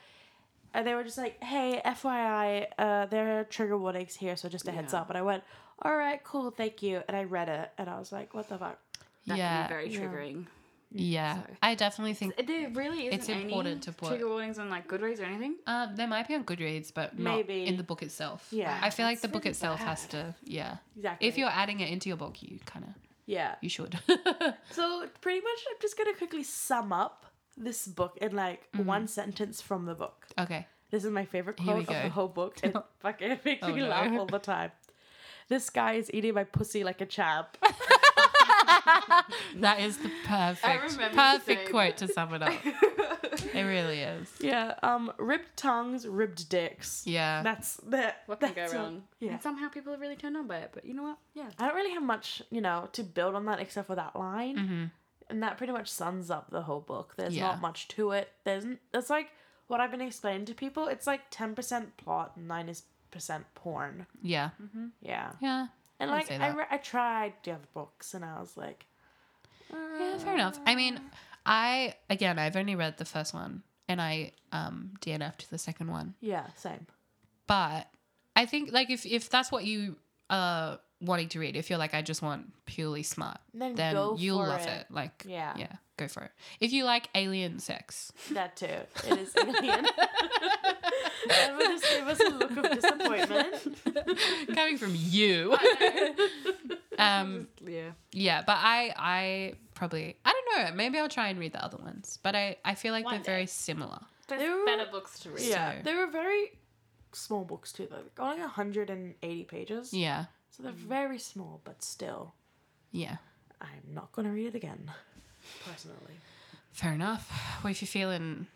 S2: and they were just like, hey, FYI, uh, there are trigger warnings here, so just a heads
S3: Yeah.
S2: up. And I went, all right, cool, thank you. And I read it, and I was like, what the fuck?
S3: That
S1: yeah.
S3: can be
S2: Yeah.
S3: very triggering.
S1: yeah. I definitely think
S3: There really isn't
S1: It's important
S3: any
S1: to put-
S3: trigger warnings on like Goodreads or anything.
S1: uh, there might be on Goodreads, but
S2: Maybe.
S1: not in the book itself.
S2: Yeah.
S1: I feel like
S3: That's
S1: the book
S3: really
S1: itself
S3: bad.
S1: has to. Yeah.
S2: Exactly.
S1: If you're adding it into your book, you kind of
S2: yeah.
S1: you should.
S2: So pretty much, I'm just gonna quickly sum up this book in like one sentence from the book.
S1: okay.
S2: This is my favorite
S1: Mm-hmm. Here we
S2: quote of the
S1: go.
S2: whole book. It fucking makes
S1: Oh,
S2: me
S1: no.
S2: laugh all the time. This guy is eating my pussy like a champ.
S1: That is the perfect
S3: remember you
S1: perfect
S3: saying
S1: quote to sum it up. it really is.
S2: yeah. Um. Ribbed tongues, ribbed dicks.
S1: Yeah.
S2: That's that.
S3: What can
S2: that's
S3: go wrong?
S2: yeah.
S3: And somehow people are really turned on by it, but you know what? Yeah.
S2: I don't really have much, you know, to build on that except for that line, and that pretty much sums up the whole book. There's
S1: Mm-hmm. Yeah.
S2: not much to it. There's n- it's like what I've been explaining to people. It's like ten percent plot, nine percent porn.
S1: yeah.
S2: Yeah.
S1: Yeah.
S2: And
S1: I'd
S2: like
S1: say
S2: I,
S1: that.
S2: re- I tried the other books, and I was like,
S1: Yeah, fair enough. I mean, I again, I've only read the first one, and I um DNF'd the second one.
S2: yeah, same.
S1: But I think like if if that's what you are wanting to read, if you're like I just want purely smart,
S2: Then
S1: then,
S2: go
S1: you'll
S2: for
S1: love
S2: it.
S1: it. Like
S2: Yeah.
S1: yeah, go for it. If you like alien sex,
S2: That too. It is alien. Everyone just gave us a look of disappointment.
S1: coming from you, um,
S3: Yeah.
S1: yeah. But I I probably I don't know. Maybe I'll try and read the other ones. But I I feel like
S3: One
S1: they're
S3: day.
S1: very similar.
S3: There's
S2: There were-
S3: better books to read.
S2: Yeah,
S1: So-
S2: they were very small books too, though. Like only 180 pages.
S1: Yeah,
S2: So they're very small, but still,
S1: yeah.
S2: I'm not gonna read it again, personally.
S1: Fair enough. Well, if you're feeling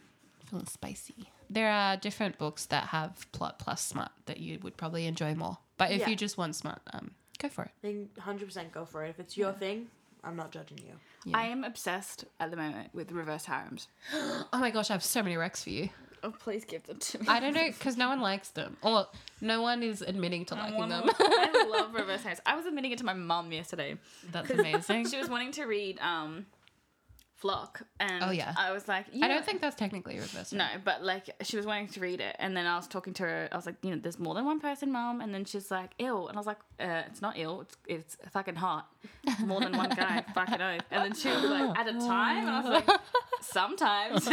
S1: feeling spicy, there are different books that have plot plus smart that you would probably enjoy more. But if
S2: Yeah.
S1: you just want smart, um, go for it.
S2: I think 100% go for it. If it's your thing, I'm not judging you.
S1: Yeah.
S3: I am obsessed at the moment with reverse harems.
S1: Oh my gosh, I have so many recs for you.
S3: Oh, please give them to me.
S1: I don't know because no one likes them, or no one is admitting to
S3: I,
S1: liking
S3: want
S1: them.
S3: to- Oh, I love reverse harems. I was admitting it to my mum yesterday.
S1: That's amazing.
S3: She was wanting to read um, Flock, and
S1: Oh, yeah.
S3: I was like,
S1: I
S3: yeah.
S1: don't think that's technically reverse.
S3: No, but like she was wanting to read it, and then I was talking to her. I was like, you know, there's more than one person, mom. And then she's like, ill, and I was like, uh, it's not ill. It's it's fucking hot. It's more than one guy, fucking oath. And then she was like, at a time, and I was like, sometimes.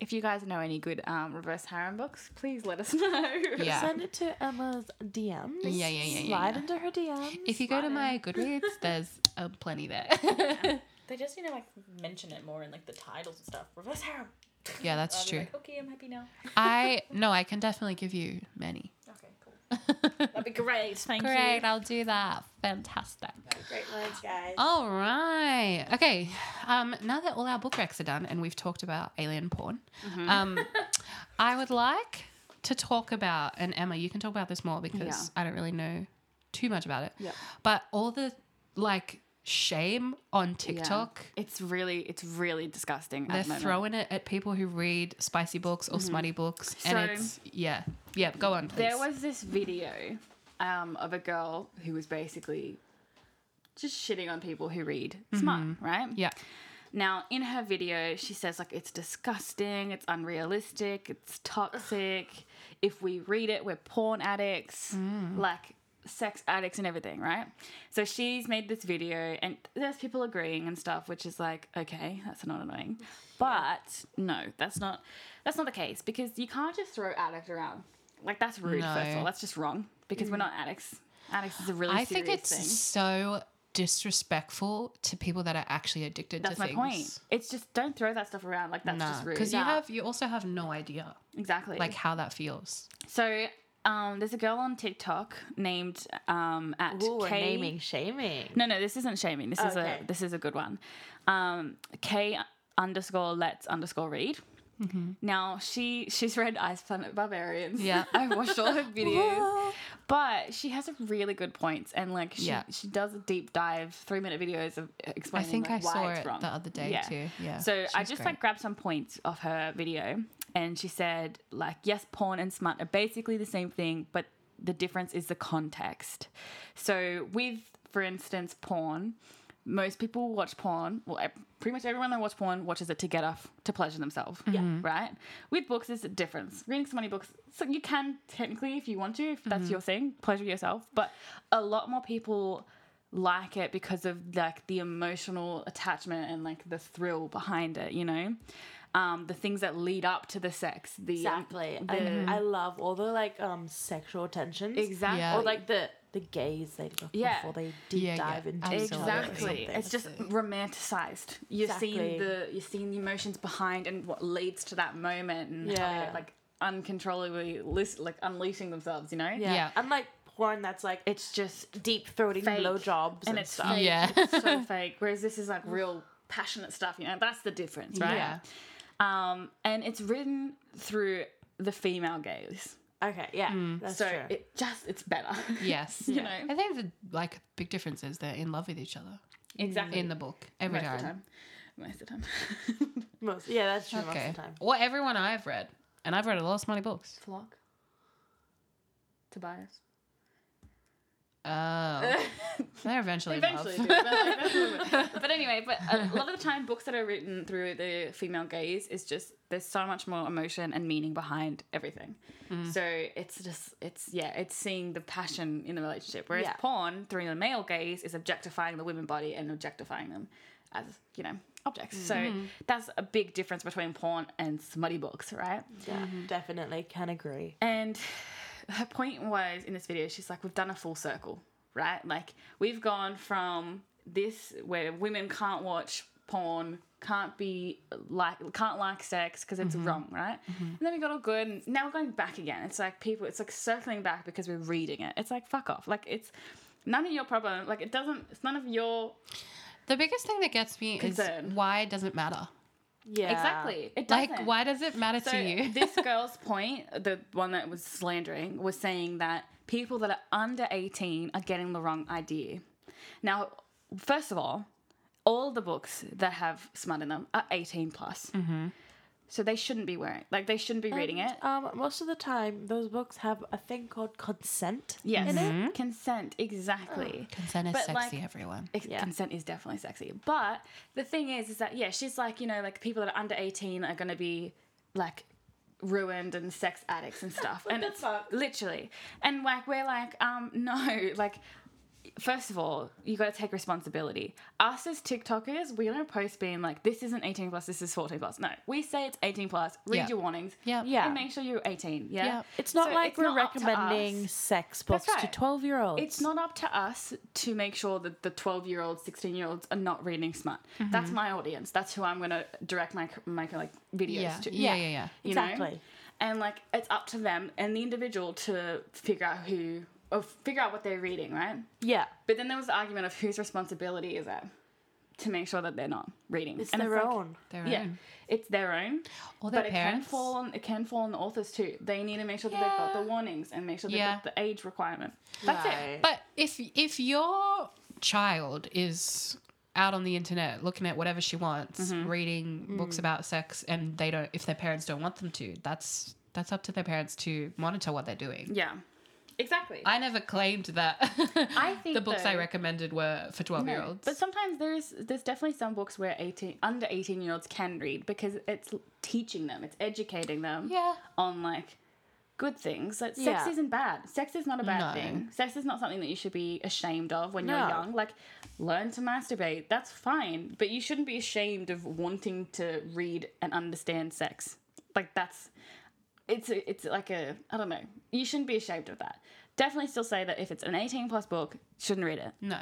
S3: if you guys know any good um, reverse harem books, please let us know.
S1: Yeah.
S2: Send it to Emma's DMs.
S1: Yeah, yeah, yeah, yeah,
S2: Slide
S1: yeah.
S2: into her DMs.
S1: If you go to my Goodreads, there's uh, plenty there.
S3: They just need to like mention it more in like the titles and stuff. Reverse harem.
S1: yeah, that's true.
S3: okay, I'm happy now.
S1: I no, I can definitely give you many.
S3: Okay, cool. That'd be great. Thank
S1: Great, I'll do that. Fantastic.
S2: Great minds, guys.
S1: All right. Okay. Um, now that all our book recs are done and we've talked about alien porn,
S3: Mm-hmm.
S1: um, I would like to talk about, and Emma, you can talk about this more because
S3: Yeah.
S1: I don't really know too much about it.
S2: Yeah.
S1: But all the like shame on TikTok.
S3: It's really, it's really disgusting.
S1: They're
S3: at the moment. Mm-hmm.
S1: throwing it at people who read spicy books or smutty books, and
S3: So-
S1: it's yeah, yeah. Go on, please.
S3: There was this video um, of a girl who was basically just shitting on people who read smut, right?
S1: yeah,
S3: Now, in her video, she says, like, it's disgusting, it's unrealistic, it's toxic. if we read it, we're porn addicts,
S1: Mm.
S3: like sex addicts and everything, right? So she's made this video, and there's people agreeing and stuff, which is like, okay, that's not annoying. But no, that's not that's not the case because you can't just throw addict around. Like that's rude, first of
S1: No. Mm.
S3: all. That's just wrong because we're not addicts. Addicts is a really
S1: I
S3: serious
S1: think it's
S3: thing.
S1: so disrespectful to people that are actually addicted
S3: That's
S1: to
S3: my
S1: things.
S3: point. It's just don't throw that stuff around. Like that's just rude.
S1: because you
S3: Yeah.
S1: have you also have no idea
S3: exactly
S1: like how that feels.
S3: so. Um, there's a girl on TikTok named um, at
S2: Ooh, we're
S3: K-
S2: naming shaming.
S3: No, no, this isn't shaming. This is
S2: Okay.
S3: a this is a good one. Um, K underscore let's underscore read. Now she she's read Ice Planet Barbarians.
S1: Yeah.
S3: I watched all her videos, but she has some really good points and like she
S1: Yeah.
S3: she does a deep dive, three minute videos of explaining.
S1: I think
S3: like,
S1: I saw
S3: why
S1: it
S3: it's wrong.
S1: the other day
S3: Yeah.
S1: too. Yeah.
S3: So I
S1: she's
S3: just
S1: great.
S3: like grabbed some points off her video, and she said like, yes, porn and smut are basically the same thing, but the difference is the context. So with, for instance, porn, most people watch porn. Well, e- pretty much everyone that watch porn watches it to get off to pleasure themselves.
S1: Mm-hmm.
S3: Yeah. Right. With books, it's a difference. Reading so many books, so you can technically, if you want to, if that's
S1: Mm-hmm.
S3: your thing, pleasure yourself. But a lot more people like it because of like the emotional attachment and like the thrill behind it, you know? Um, the things that lead up to the sex. The
S2: Exactly. I- I, love all the like um sexual tensions.
S3: Exactly.
S1: Yeah.
S2: Or like the the gaze they look
S3: Yeah.
S2: before they deep
S1: Yeah, yeah,
S2: dive into each other or
S3: Exactly.
S2: something.
S3: It's just romanticized. You're
S2: Exactly.
S3: seeing the you're seeing the emotions behind and what leads to that moment and how
S2: Yeah.
S3: they're like uncontrollably lis- like unleashing themselves, you know?
S1: Yeah.
S2: Unlike porn that's like
S3: It's just
S2: deep throating
S3: fake.
S2: blowjobs and,
S3: and it's
S2: stuff.
S3: fake.
S1: Yeah.
S3: It's so fake. Whereas this is like real passionate stuff, you know. That's the difference, right?
S1: Yeah.
S3: Um, and it's written through the female gaze.
S2: Okay, yeah.
S1: Mm.
S2: That's
S3: So
S2: true.
S3: it just it's better.
S1: Yes.
S3: You know.
S1: I think the like big difference is they're in love with each other
S3: Exactly.
S1: in the book every
S3: most of
S1: time.
S3: the time. Most of the time.
S2: most, yeah, that's true most
S1: Okay.
S2: of the time.
S1: Well, everyone I've read, and I've read a lot of smutty books.
S3: Flock. Tobias.
S1: Oh, they're eventually, in love.
S3: Eventually, do, but, like, that's another one. but anyway, but a lot of the time, books that are written through the female gaze is just there's so much more emotion and meaning behind everything. So it's just it's yeah, it's seeing the passion in the relationship. Whereas
S2: Yeah.
S3: porn through the male gaze is objectifying the women body and objectifying them as you know objects. So that's a big difference between porn and smutty books, right?
S2: Yeah, definitely can agree.
S3: And her point was in this video, she's like, we've done a full circle, right? Like, we've gone from this where women can't watch porn, can't be like, can't like sex because it's
S1: Mm-hmm.
S3: wrong, right? And then we got all good, and now we're going back again. It's like people, it's like circling back because we're reading it. It's like, fuck off. Like, it's none of your problem. Like, it doesn't, it's none of your,
S1: The biggest thing that gets me is
S3: Concern.
S1: why does it matter?
S2: Yeah.
S3: exactly. It doesn't.
S1: Like, why does it matter
S3: So
S1: to you?
S3: this girl's point, the one that was slandering, was saying that people that are under 18 are getting the wrong idea. Now, first of all, all the books that have smut in them are 18 plus.
S1: Mm-hmm.
S3: So they shouldn't be wearing, like they shouldn't be
S1: Oh.
S3: reading it.
S2: Um, most of the time those books have a thing called consent.
S3: Yes,
S1: Mm-hmm.
S3: consent exactly.
S1: Consent is
S3: But,
S1: sexy,
S3: like,
S1: everyone.
S3: Ex-
S2: Yeah.
S3: Consent is definitely sexy. But the thing is, is that, yeah, she's like, you know, like people that are under 18 are going to be like ruined and sex addicts and stuff. and
S2: the
S3: it's
S2: fuck?
S3: literally. And like, we're like, um, no, like, first of all, you got to take responsibility. Us as TikTokers, we don't post being like, this isn't 18 plus, this is 14 plus. No, we say it's 18 plus, read
S1: Yeah.
S3: your warnings.
S1: Yeah.
S2: Yeah.
S3: And make sure you're 18. Yeah.
S1: Yeah.
S2: It's not
S3: So
S2: like
S3: it's
S2: we're
S3: not up to
S2: recommending
S3: us.
S2: sex books
S3: That's
S2: to
S3: right.
S2: twelve year olds.
S3: It's not up to us to make sure that the 12 year olds, 16 year olds are not reading smart.
S1: Mm-hmm.
S3: That's my audience. That's who I'm going to direct my, my like videos
S1: Yeah.
S3: to.
S1: Yeah, yeah, yeah.
S3: You know?
S2: Exactly.
S3: And like it's up to them and the individual to figure out who, or figure out what they're reading, right?
S2: Yeah.
S3: But then there was the argument of whose responsibility is it to make sure that they're not reading.
S2: It's their
S3: like-
S2: own.
S1: Their
S3: yeah,
S1: own.
S3: it's their own.
S1: Mm-hmm. Or their
S3: But it can
S1: parents.
S3: fall on it can fall on the authors too. They need to make sure that they've got
S1: Yeah.
S3: the warnings and make sure they've
S1: Yeah.
S3: got the age requirement. That's it.
S2: Right.
S1: But if if your child is out on the internet looking at whatever she wants,
S2: Mm-hmm.
S1: reading
S2: Mm.
S1: books about sex, and they don't, if their parents don't want them to, that's that's up to their parents to monitor what they're doing.
S3: Yeah, exactly.
S1: I never claimed that. I
S3: think
S1: the books I
S3: though-
S1: recommended were for twelve year olds.
S3: But sometimes there's there's definitely some books where eighteen under eighteen year olds can read because it's l- teaching them, it's educating them
S1: Yeah.
S3: on like good things. Like sex
S2: Yeah.
S3: isn't bad. Sex is not a bad
S1: No.
S3: thing. Sex is not something that you should be ashamed of when
S2: No.
S3: you're young. Like learn to masturbate. That's fine. But you shouldn't be ashamed of wanting to read and understand sex. Like that's it's a, it's like a I don't know. You shouldn't be ashamed of that. Definitely still say that if it's an 18 plus book, shouldn't read it.
S1: No,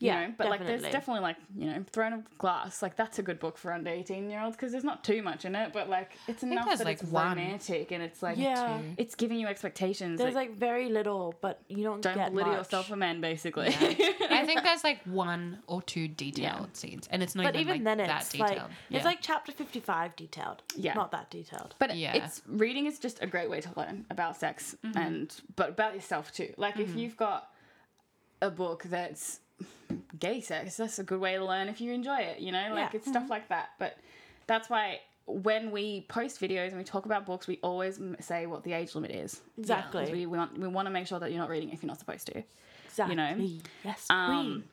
S2: Yeah,
S3: you know, but like
S2: definitely.
S3: there's definitely like you know Throne of Glass, like that's a good book for under eighteen year olds because there's not too much in it, but like it's enough
S1: there's,
S3: that
S1: like,
S3: it's
S1: one.
S3: romantic and it's like
S2: Yeah.
S1: Two.
S3: it's giving you expectations.
S2: There's
S3: like,
S2: like very little, but you don't,
S3: don't
S2: get
S3: belittle
S2: much.
S3: yourself a man, basically.
S1: I think there's like one or two detailed scenes, and it's not
S2: but
S1: even,
S2: even
S1: like,
S2: then,
S1: that
S2: it's
S1: detailed.
S2: like
S1: Yeah.
S2: it's like chapter fifty-five detailed.
S3: Yeah.
S2: not that detailed.
S3: But
S1: Yeah.
S3: it's reading is just a great way to learn about sex
S2: Mm-hmm.
S3: and but about yourself too. Like if you've got a book that's gay sex, that's a good way to learn if you enjoy it, you know? Like
S2: Yeah. Mm-hmm.
S3: it's stuff like that. But that's why when we post videos and we talk about books, we always m- say what the age limit is.
S2: Exactly.
S3: 'Cause We want we want to make sure that you're not reading if you're not supposed to.
S2: exactly.
S3: you know,
S2: Yes,
S3: um,
S2: queen.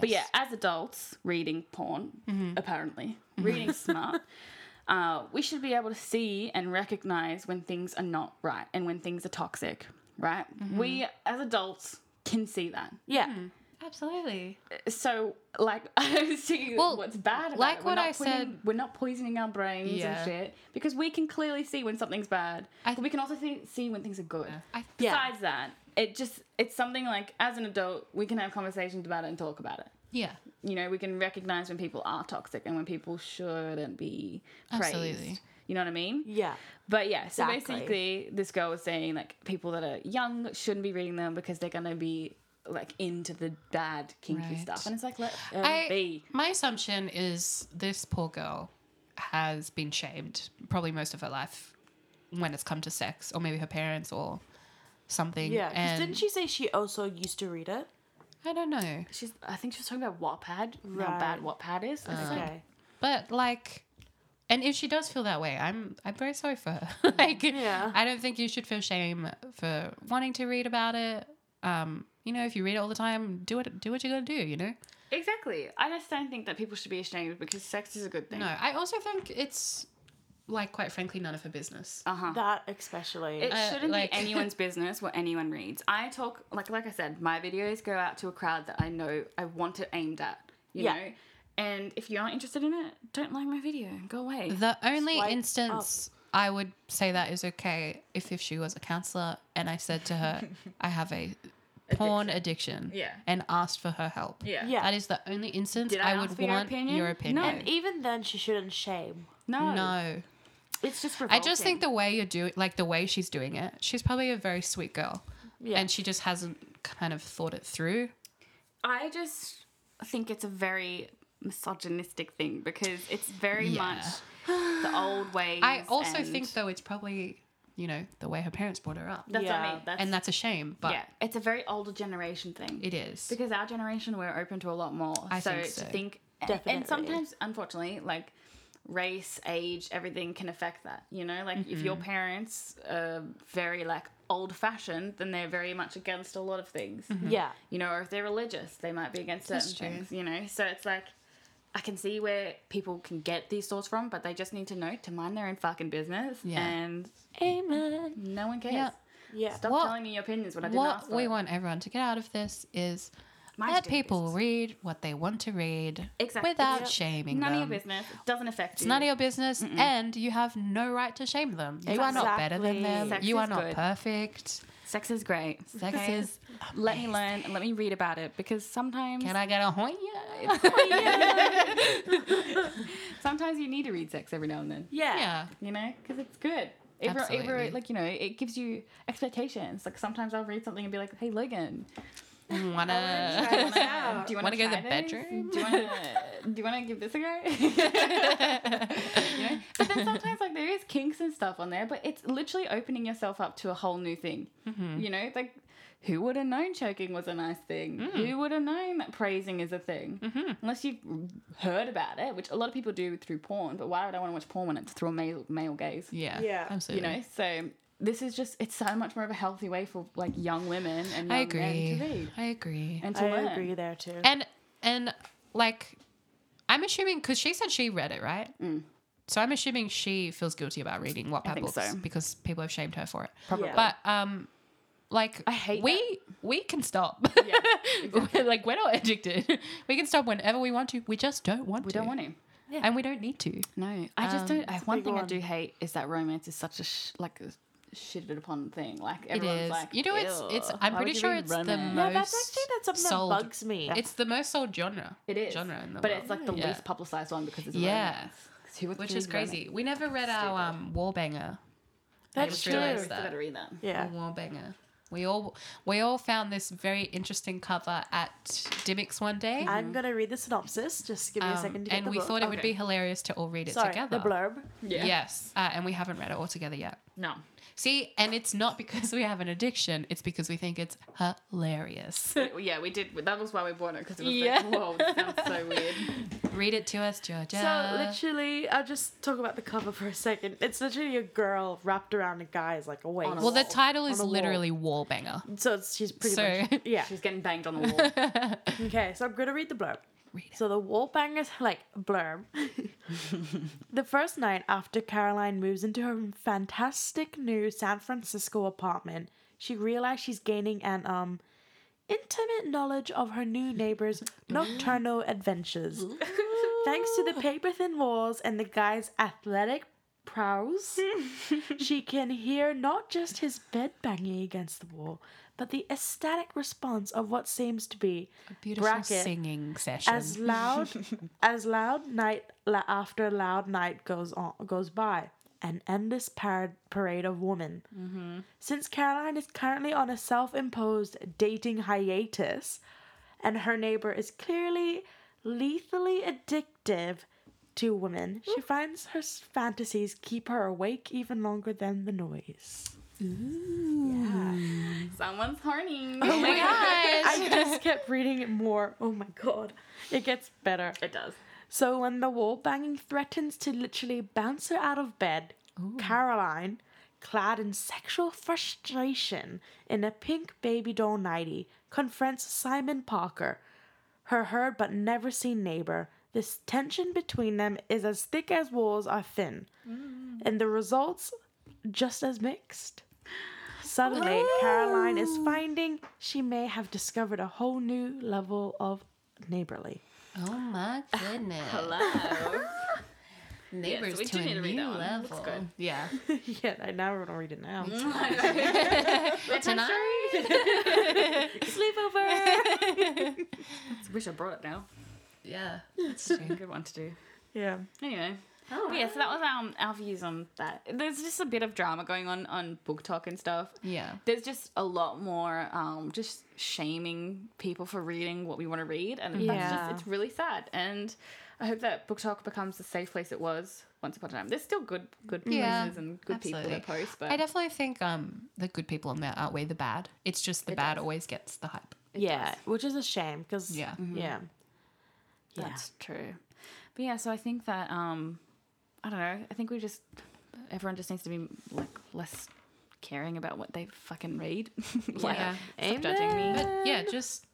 S3: But yeah, as adults, reading porn,
S1: Mm-hmm.
S3: apparently, reading smart, uh, we should be able to see and recognize when things are not right and when things are toxic, right?
S1: Mm-hmm.
S3: We, as adults, can see that.
S2: Yeah.
S1: absolutely.
S3: So, like, I was thinking
S1: Well,
S3: what's bad about
S1: like
S3: it.
S1: what
S3: not
S1: I
S3: putting-
S1: said-
S3: We're not poisoning our brains
S1: Yeah.
S3: and shit because we can clearly see when something's bad.
S1: I-
S3: but we can also see, see when things are good.
S1: I,
S2: Yeah.
S3: Besides that, it just, it's something like, as an adult, we can have conversations about it and talk about it
S1: yeah,
S3: you know, we can recognize when people are toxic and when people shouldn't be praised.
S1: Absolutely.
S3: You know what I mean?
S2: Yeah.
S3: But yeah, so
S2: Exactly.
S3: basically, this girl was saying like people that are young shouldn't be reading them because they're gonna be like into the bad kinky
S1: Right.
S3: stuff, and it's like let them
S1: I,
S3: be.
S1: my assumption is this poor girl has been shamed probably most of her life when it's come to sex, or maybe her parents or something.
S2: Yeah. 'cause
S1: and
S2: didn't she say she also used to read it?
S1: I don't know,
S3: She's, I think she was talking about Wattpad, and how bad Wattpad is. It's like,
S2: Okay.
S1: but like. And if she does feel that way, I'm I'm very sorry for her. like,
S2: Yeah.
S1: I don't think you should feel shame for wanting to read about it. Um, you know, if you read it all the time, do it. Do what you gotta do. You know.
S3: exactly. I just don't think that people should be ashamed because sex is a good thing.
S1: No, I also think it's like quite frankly none of her business.
S3: Uh huh.
S2: That especially.
S3: It
S1: Uh,
S3: shouldn't
S1: like-
S3: be anyone's business what anyone reads. I talk like like I said, my videos go out to a crowd that I know I want it aimed at. You
S2: Yeah.
S3: know, and if you aren't interested in it, don't like my video. Go away.
S1: The only
S2: Swipe
S1: instance I would say that is okay if if she was a counselor and I said to her, I have a porn addiction,
S3: Yeah.
S1: and asked for her help.
S3: yeah.
S2: Yeah.
S1: That is the only instance
S3: Did
S1: I,
S3: I
S1: would
S3: ask for your
S1: want
S3: opinion?
S1: your
S3: No.
S1: opinion.
S2: and even then, she shouldn't shame.
S3: No.
S1: no.
S3: It's just
S1: I
S3: revolting.
S1: just think the way you're doing, like the way she's doing it, she's probably a very sweet girl,
S2: Yeah.
S1: and she just hasn't kind of thought it through.
S3: I just think it's a very misogynistic thing because it's very
S1: Yeah.
S3: much the old ways.
S1: I also
S3: and-
S1: think though it's probably you know the way her parents brought her up,
S3: that's what
S2: Yeah.
S3: I mean. That's,
S1: and that's a shame. But
S3: yeah, it's a very older generation thing.
S1: it is.
S3: because our generation we're open to a lot more
S1: I
S3: so,
S1: think so.
S3: to think
S2: Definitely.
S3: and sometimes unfortunately like race age everything can affect that you know like if
S1: Mm-hmm.
S3: your parents are very like old fashioned then they're very much against a lot of things
S1: Hmm.
S2: Yeah.
S3: you know or if they're religious they might be against certain
S1: Mm-hmm. That's true.
S3: things you know so it's like I can see where people can get these thoughts from, but they just need to know to mind their own fucking business,
S1: Yeah.
S3: and
S2: Amen.
S3: no one cares.
S1: Yeah.
S2: Yeah.
S3: Stop
S1: What-
S3: telling me your opinions when I didn't ask
S1: what
S3: for
S1: we
S3: it.
S1: want everyone to get out of this is
S3: Mind
S1: let
S3: your damn
S1: people
S3: business.
S1: read what they want to read
S3: Exactly.
S1: without
S3: Yep.
S1: shaming
S3: None
S1: them.
S3: of your business. It doesn't affect
S1: It's
S3: you.
S1: none of your business, and you have no right to shame them. You are not better than
S2: Exactly.
S1: them.
S3: Sex
S1: you are
S3: is
S1: not
S3: good.
S1: perfect.
S3: Sex is great.
S1: Sex
S3: Okay?
S1: is.
S3: Let me learn and let me read about it because sometimes
S1: Can I get a hoya?
S3: sometimes you need to read sex every now and then.
S2: Yeah.
S1: yeah.
S3: You know, because it's good. It, re- it
S1: Absolutely.
S3: re- like you know, it gives you expectations. Like sometimes I'll read something and be like, "Hey, Logan,
S1: Wanna?
S2: Try this out.
S3: do you
S1: Uh, Wanna
S3: want
S1: go to the
S3: this?
S1: bedroom?"
S3: Do you want to? do you want to give this a go?" you know? But then sometimes like there is kinks and stuff on there, but it's literally opening yourself up to a whole new thing.
S1: Mm-hmm.
S3: You know, like who would have known choking was a nice thing?
S1: Mm.
S3: Who would have known that praising is a thing?
S1: Mm-hmm.
S3: Unless you've heard about it, which a lot of people do through porn. But why would I want to watch porn when it's through a male male gaze?
S1: Yeah.
S2: Yeah.
S3: You
S1: Absolutely.
S3: know, so. This is just, it's so much more of a healthy way for like young women and young
S1: I
S3: men
S1: agree.
S3: to read
S1: I agree.
S3: and to
S2: I
S3: learn.
S2: agree there too.
S1: And and like, I'm assuming because she said she read it, right? So I'm assuming she feels guilty about reading Wattpad
S3: Mm. think
S1: books
S3: so.
S1: because people have shamed her for it.
S2: Probably.
S1: But um, like
S3: I hate
S1: we we can stop. like we're not addicted. We can stop whenever we want to. We just don't want
S3: We
S1: to.
S3: don't want to.
S1: and we don't need to.
S3: No, I just
S1: Um,
S3: don't. I, one
S2: big
S3: thing I
S2: one.
S3: do hate is that romance is such a sh- like a shitted upon thing. Like
S1: It
S3: everyone's
S1: is.
S3: like,
S1: you know, it's it's.
S3: "Ew,
S1: I'm
S3: why
S1: pretty
S3: would you
S1: sure
S3: be
S1: it's the
S3: running?"
S1: most.
S2: Yeah, that's actually that's something
S1: sold-
S2: that bugs me.
S1: It's the most sold genre.
S3: It is
S1: genre in the
S3: but
S1: world.
S3: it's like the
S1: Yeah.
S3: least publicized one because it's
S1: Yeah.
S3: yeah,
S1: which is crazy. We never read our
S3: Stupid.
S1: um, Warbanger. I
S2: that's
S1: just
S2: true.
S1: realised
S3: That.
S1: that. Mm-hmm.
S3: Better read that.
S2: Yeah.
S1: Or Warbanger. We all we all found this very interesting cover at Dimmicks one day,
S2: I'm gonna read the synopsis. Just give me a
S1: um,
S2: second to get
S1: and
S2: the
S1: we
S2: book.
S1: thought it would
S3: Okay.
S1: be hilarious to all read it
S2: Sorry,
S1: together.
S2: the blurb.
S3: Yeah.
S1: Yes, uh, and we haven't read it all together yet.
S3: No.
S1: See, and it's not because we have an addiction; it's because we think it's hilarious.
S3: yeah, we did. That was why we bought it because it was
S2: Yeah.
S3: like, whoa, this sounds so weird.
S1: read it to us, Georgia.
S2: So literally, I'll just talk about the cover for a second. It's literally a girl wrapped around a guy's like a waist.
S3: On a
S1: well, the
S3: wall,
S1: title is
S2: a wall.
S1: literally Warbanger.
S2: so it's, she's pretty
S1: So-
S2: much yeah.
S3: She's getting banged on the wall.
S2: Okay, so I'm gonna read the blurb.
S1: Read it.
S2: So the wallbangers like blurb. the first night after Caroline moves into her fantastic new San Francisco apartment, she realizes she's gaining an um intimate knowledge of her new neighbor's nocturnal adventures. Thanks to the paper thin walls and the guy's athletic prowess, she can hear not just his bed banging against the wall, but the ecstatic response of what seems to be
S1: Beautiful
S2: bracket,
S1: singing session.
S2: as loud as loud night la- after loud night goes on goes by an endless parad- parade of women since caroline is currently on a self-imposed dating hiatus and her neighbor is clearly lethally addictive to women she finds her s- fantasies keep her awake even longer than the noise yeah.
S3: Someone's horny.
S1: oh my gosh!
S2: i just kept reading it more oh my god it gets better
S3: It does.
S2: so when the wall banging threatens to literally bounce her out of bed, Caroline, clad in sexual frustration in a pink baby doll nightie, confronts Simon Parker, her heard but never seen neighbor. This tension between them is as thick as walls are thin,
S3: Mm.
S2: and the results just as mixed. Suddenly, Caroline is finding she may have discovered a whole new level of neighborly.
S1: Oh my goodness!
S3: Hello.
S1: Neighbors
S3: we
S1: to
S3: do
S1: a
S3: need to read
S1: new
S3: that one. That's
S1: level.
S3: good.
S1: Yeah.
S2: yeah, I now want to read it now.
S1: Tonight.
S2: Sleepover.
S3: Wish I brought it now.
S1: yeah.
S3: Good one to do.
S2: yeah.
S3: Anyway. But yeah, so that was our, our views on that. There's just a bit of drama going on on book talk and stuff.
S1: Yeah.
S3: There's just a lot more um, just shaming people for reading what we want to read. And that's
S2: Yeah.
S3: just, it's really sad. And I hope that book talk becomes the safe place it was once upon a time. There's still good good
S1: Yeah,
S3: places and good people that
S1: absolutely.
S3: post, but
S1: I definitely think um the good people in there outweigh the bad. It's just the bad always gets the hype.
S2: yeah, which is a shame because
S1: Yeah. Mm-hmm.
S2: yeah, yeah.
S3: That's true. But yeah, so I think that um I don't know. I think we just everyone just needs to be like less caring about what they fucking read. like
S1: Yeah.
S3: stop judging me.
S2: Uh,
S1: But yeah, just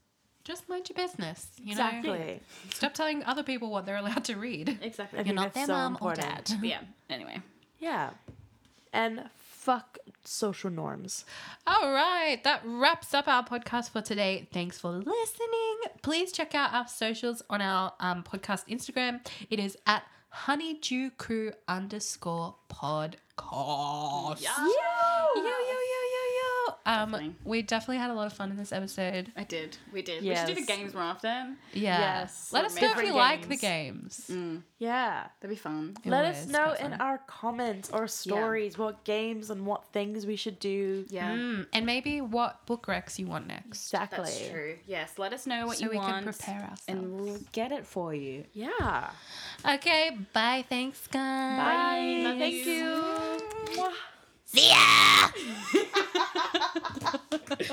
S1: just mind your business. You know,
S2: exactly.
S1: stop telling other people what they're allowed to read.
S3: Exactly.
S2: I
S1: You're
S2: think
S1: not their
S2: that's so
S1: mom or
S2: important.
S1: dad.
S3: yeah. Anyway.
S2: Yeah, and fuck social norms.
S1: All right, that wraps up our podcast for today. Thanks for listening. Please check out our socials on our um, podcast Instagram. It is at honeydew crew underscore podcast.
S3: Yeah.
S1: Yo, yo, yo, yo, yo. Um,
S3: Definitely.
S1: we definitely had a lot of fun in this episode.
S3: I did. We did. We should do
S2: Yes.
S3: the games more often.
S1: Yeah.
S2: Yes,
S1: Let
S3: we're
S1: us know if you
S3: making
S1: like the
S3: games.
S1: games.
S2: Yeah.
S3: That'd be fun.
S1: It
S2: Let us
S1: was
S2: know
S1: quite
S2: in
S1: fun.
S2: our comments or stories what games and what things we should do.
S3: Yeah.
S1: Mm, and maybe what book recs you want next.
S2: Exactly.
S3: That's true. Yes. Let us know what
S1: So
S3: you
S1: we
S3: want.
S1: can prepare ourselves.
S3: And we'll get it for you.
S2: Yeah.
S1: Okay, bye. Thanks, guys.
S2: Bye.
S3: Love
S2: Thank
S3: you.
S2: you. Mwah.